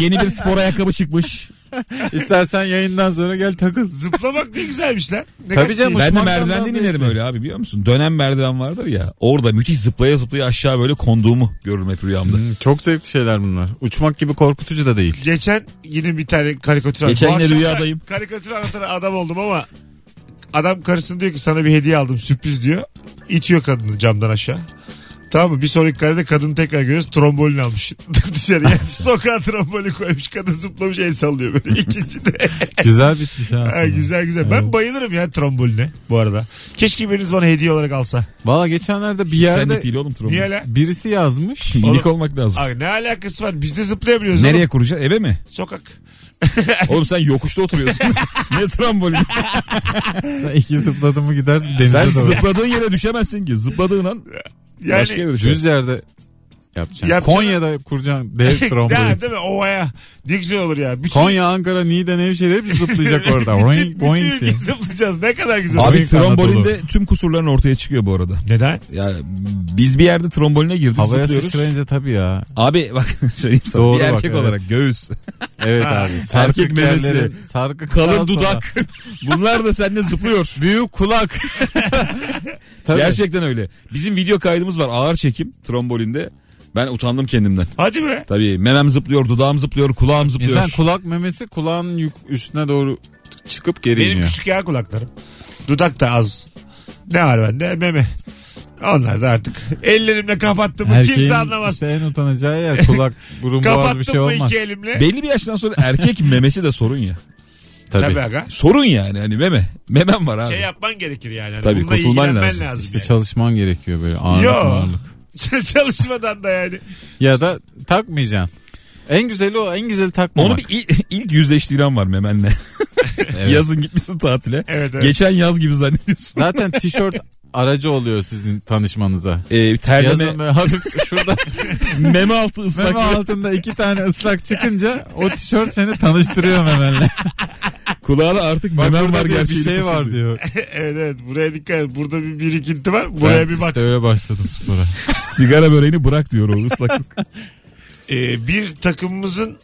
Speaker 4: Yeni bir spor ayakkabı çıkmış.
Speaker 5: İstersen yayından sonra gel takıl.
Speaker 3: Zıplamak ne güzelmiş lan. Ne
Speaker 5: Tabii
Speaker 3: kadar-
Speaker 5: canım.
Speaker 4: Ben de
Speaker 5: Uçmaktan
Speaker 4: merdivenden
Speaker 5: daha
Speaker 4: inerim
Speaker 5: zevkli.
Speaker 4: öyle abi biliyor musun? Dönen merdiven vardır ya. Orada müthiş zıplaya zıplaya aşağı böyle konduğumu görürüm hep rüyamda.
Speaker 5: Hmm, çok zevkli şeyler bunlar. Uçmak gibi korkutucu da değil.
Speaker 3: Geçen yine bir tane karikatür
Speaker 4: Geçen
Speaker 3: Bu
Speaker 4: yine
Speaker 3: akşam da
Speaker 4: rüyadayım.
Speaker 3: Karikatür anlatan adam oldum ama adam karısını diyor ki sana bir hediye aldım sürpriz diyor. İtiyor kadını camdan aşağı. Tamam mı? Bir sonraki karede kadını tekrar görüyoruz. Trombolini almış dışarıya. Sokağa tromboli koymuş. Kadın zıplamış el sallıyor böyle ikinci de.
Speaker 5: Güzel bitmiş ha
Speaker 3: ha,
Speaker 5: aslında.
Speaker 3: güzel güzel. Ben bayılırım ya tromboline bu arada. Keşke biriniz bana hediye olarak alsa.
Speaker 5: Valla geçenlerde bir
Speaker 4: Sen de
Speaker 5: yerde
Speaker 4: değil oğlum trombon.
Speaker 3: Niye la?
Speaker 5: birisi yazmış.
Speaker 4: Minik olmak lazım.
Speaker 3: Abi ne alakası var? Biz de zıplayabiliyoruz.
Speaker 4: Nereye
Speaker 3: oğlum.
Speaker 4: kuracağız? Eve mi?
Speaker 3: Sokak.
Speaker 4: Oğlum sen yokuşta oturuyorsun. ne trambolin?
Speaker 5: Sen iki zıpladın mı gidersin denize
Speaker 4: sen
Speaker 5: doğru.
Speaker 4: zıpladığın yere düşemezsin ki. Zıpladığın an
Speaker 3: Yani
Speaker 4: başka yere
Speaker 5: Düz
Speaker 4: düşersin.
Speaker 5: yerde yapacaksın.
Speaker 3: Yapacaksın.
Speaker 5: Konya'da kuracaksın dev
Speaker 3: Ya,
Speaker 5: tromboli.
Speaker 3: değil mi? Ovaya. Ne güzel olur ya. Bütün,
Speaker 5: Konya, Ankara, Niğde, Nevşehir hep zıplayacak orada.
Speaker 3: bütün,
Speaker 5: Boing
Speaker 3: bütün
Speaker 5: boing diye.
Speaker 3: ülke zıplayacağız. Ne kadar güzel.
Speaker 5: Abi-
Speaker 4: Abi
Speaker 5: Büyük
Speaker 4: trombolinde
Speaker 5: Anadolu.
Speaker 4: tüm kusurların ortaya çıkıyor bu arada.
Speaker 3: Neden?
Speaker 4: Ya biz bir yerde tromboline girdik
Speaker 5: Havaya
Speaker 4: zıplıyoruz.
Speaker 5: sıçrayınca tabii ya.
Speaker 4: Abi bak söyleyeyim sana
Speaker 5: Doğru
Speaker 4: bir
Speaker 5: bak,
Speaker 4: erkek
Speaker 5: evet.
Speaker 4: olarak göğüs,
Speaker 5: Evet abi.
Speaker 4: Erkek
Speaker 5: Sarkık
Speaker 4: memesi.
Speaker 5: yerleri. Sarkık sağa
Speaker 4: kalın
Speaker 5: sola.
Speaker 4: dudak bunlar da seninle zıplıyor.
Speaker 5: Büyük kulak. tabii.
Speaker 4: Gerçekten öyle. Bizim video kaydımız var ağır çekim trombolinde. Ben utandım kendimden.
Speaker 3: Hadi be.
Speaker 4: Tabii memem zıplıyor, dudağım zıplıyor, kulağım zıplıyor.
Speaker 5: İnsan kulak memesi kulağın yük- üstüne doğru çıkıp geri
Speaker 3: Benim
Speaker 5: iniyor.
Speaker 3: küçük ya kulaklarım. Dudak da az. Ne var bende? Meme. Onlar da artık ellerimle kapattım. mı
Speaker 5: Erkeğin
Speaker 3: Kimse anlamaz.
Speaker 5: işte en utanacağı yer kulak, burun, boğaz bir
Speaker 3: kapattım
Speaker 5: şey
Speaker 3: mı
Speaker 5: olmaz.
Speaker 3: iki elimle?
Speaker 4: Belli bir yaştan sonra erkek memesi de sorun ya.
Speaker 5: Tabii.
Speaker 3: Tabii aga.
Speaker 4: Sorun yani hani meme. Memem var abi.
Speaker 3: Şey yapman gerekir yani. Hani
Speaker 4: Tabii,
Speaker 3: Bununla
Speaker 4: kurtulman
Speaker 3: ilgilenmen lazım.
Speaker 4: lazım.
Speaker 5: İşte
Speaker 3: yani.
Speaker 5: çalışman gerekiyor böyle ağırlık
Speaker 3: Yo.
Speaker 5: ağırlık.
Speaker 3: Çalışmadan da yani.
Speaker 5: Ya da takmayacaksın. En güzeli o en güzeli takmamak.
Speaker 4: Onu bir il- ilk yüzleştiren var memenle.
Speaker 5: Evet.
Speaker 4: Yazın gitmişsin tatile.
Speaker 3: Evet, evet.
Speaker 4: Geçen yaz gibi zannediyorsun.
Speaker 5: Zaten tişört aracı oluyor sizin tanışmanıza.
Speaker 4: Ee,
Speaker 5: Yazın
Speaker 4: terleme,
Speaker 5: böyle hafif şurada
Speaker 4: meme altı ıslak.
Speaker 5: meme altında iki tane ıslak çıkınca o tişört seni tanıştırıyor memenle.
Speaker 4: Kulağına artık
Speaker 5: Bak
Speaker 4: memen
Speaker 5: burada
Speaker 4: var
Speaker 5: diyor,
Speaker 4: gerçeği.
Speaker 5: bir şey var diyor.
Speaker 3: evet evet buraya dikkat et. Burada bir birikinti var. Buraya
Speaker 5: Ben
Speaker 3: bir bak.
Speaker 5: İşte öyle başladım spora.
Speaker 4: Sigara böreğini bırak diyor o ıslaklık.
Speaker 3: Ee, bir takımımızın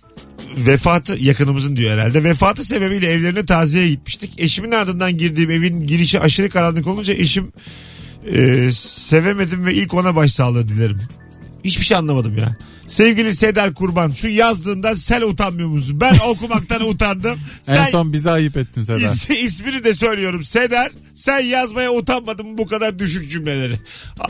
Speaker 3: vefatı yakınımızın diyor herhalde. Vefatı sebebiyle evlerine taziyeye gitmiştik. Eşimin ardından girdiğim evin girişi aşırı karanlık olunca eşim e, sevemedim ve ilk ona başsağlığı dilerim. Hiçbir şey anlamadım ya. Sevgili Seder Kurban şu yazdığında sen utanmıyor musun? Ben okumaktan utandım.
Speaker 5: en
Speaker 3: Sen
Speaker 5: son bize ayıp ettin Seda.
Speaker 3: is- ismini de söylüyorum. Seder sen yazmaya utanmadın mı bu kadar düşük cümleleri?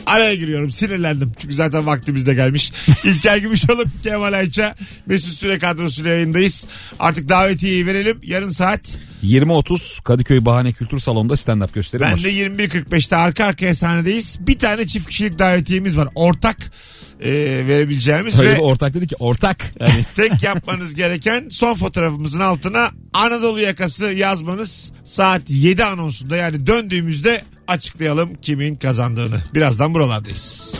Speaker 3: Araya giriyorum sinirlendim. Çünkü zaten vaktimiz de gelmiş. İlker Gümüşoluk, Kemal Ayça, Mesut Süre kadrosuyla yayındayız. Artık davetiyeyi verelim. Yarın saat
Speaker 4: 20.30 Kadıköy Bahane Kültür Salonu'nda stand-up gösterim
Speaker 3: Ben
Speaker 4: var.
Speaker 3: de 21.45'te arka arkaya sahnedeyiz. Bir tane çift kişilik davetiyemiz var. Ortak e, verebileceğimiz
Speaker 4: Öyle
Speaker 3: ve
Speaker 4: bir ortak dedi ki ortak. Yani
Speaker 3: tek yapmanız gereken son fotoğrafımızın altına Anadolu yakası yazmanız saat 7 anonsunda yani döndüğümüzde açıklayalım kimin kazandığını. Birazdan buralardayız.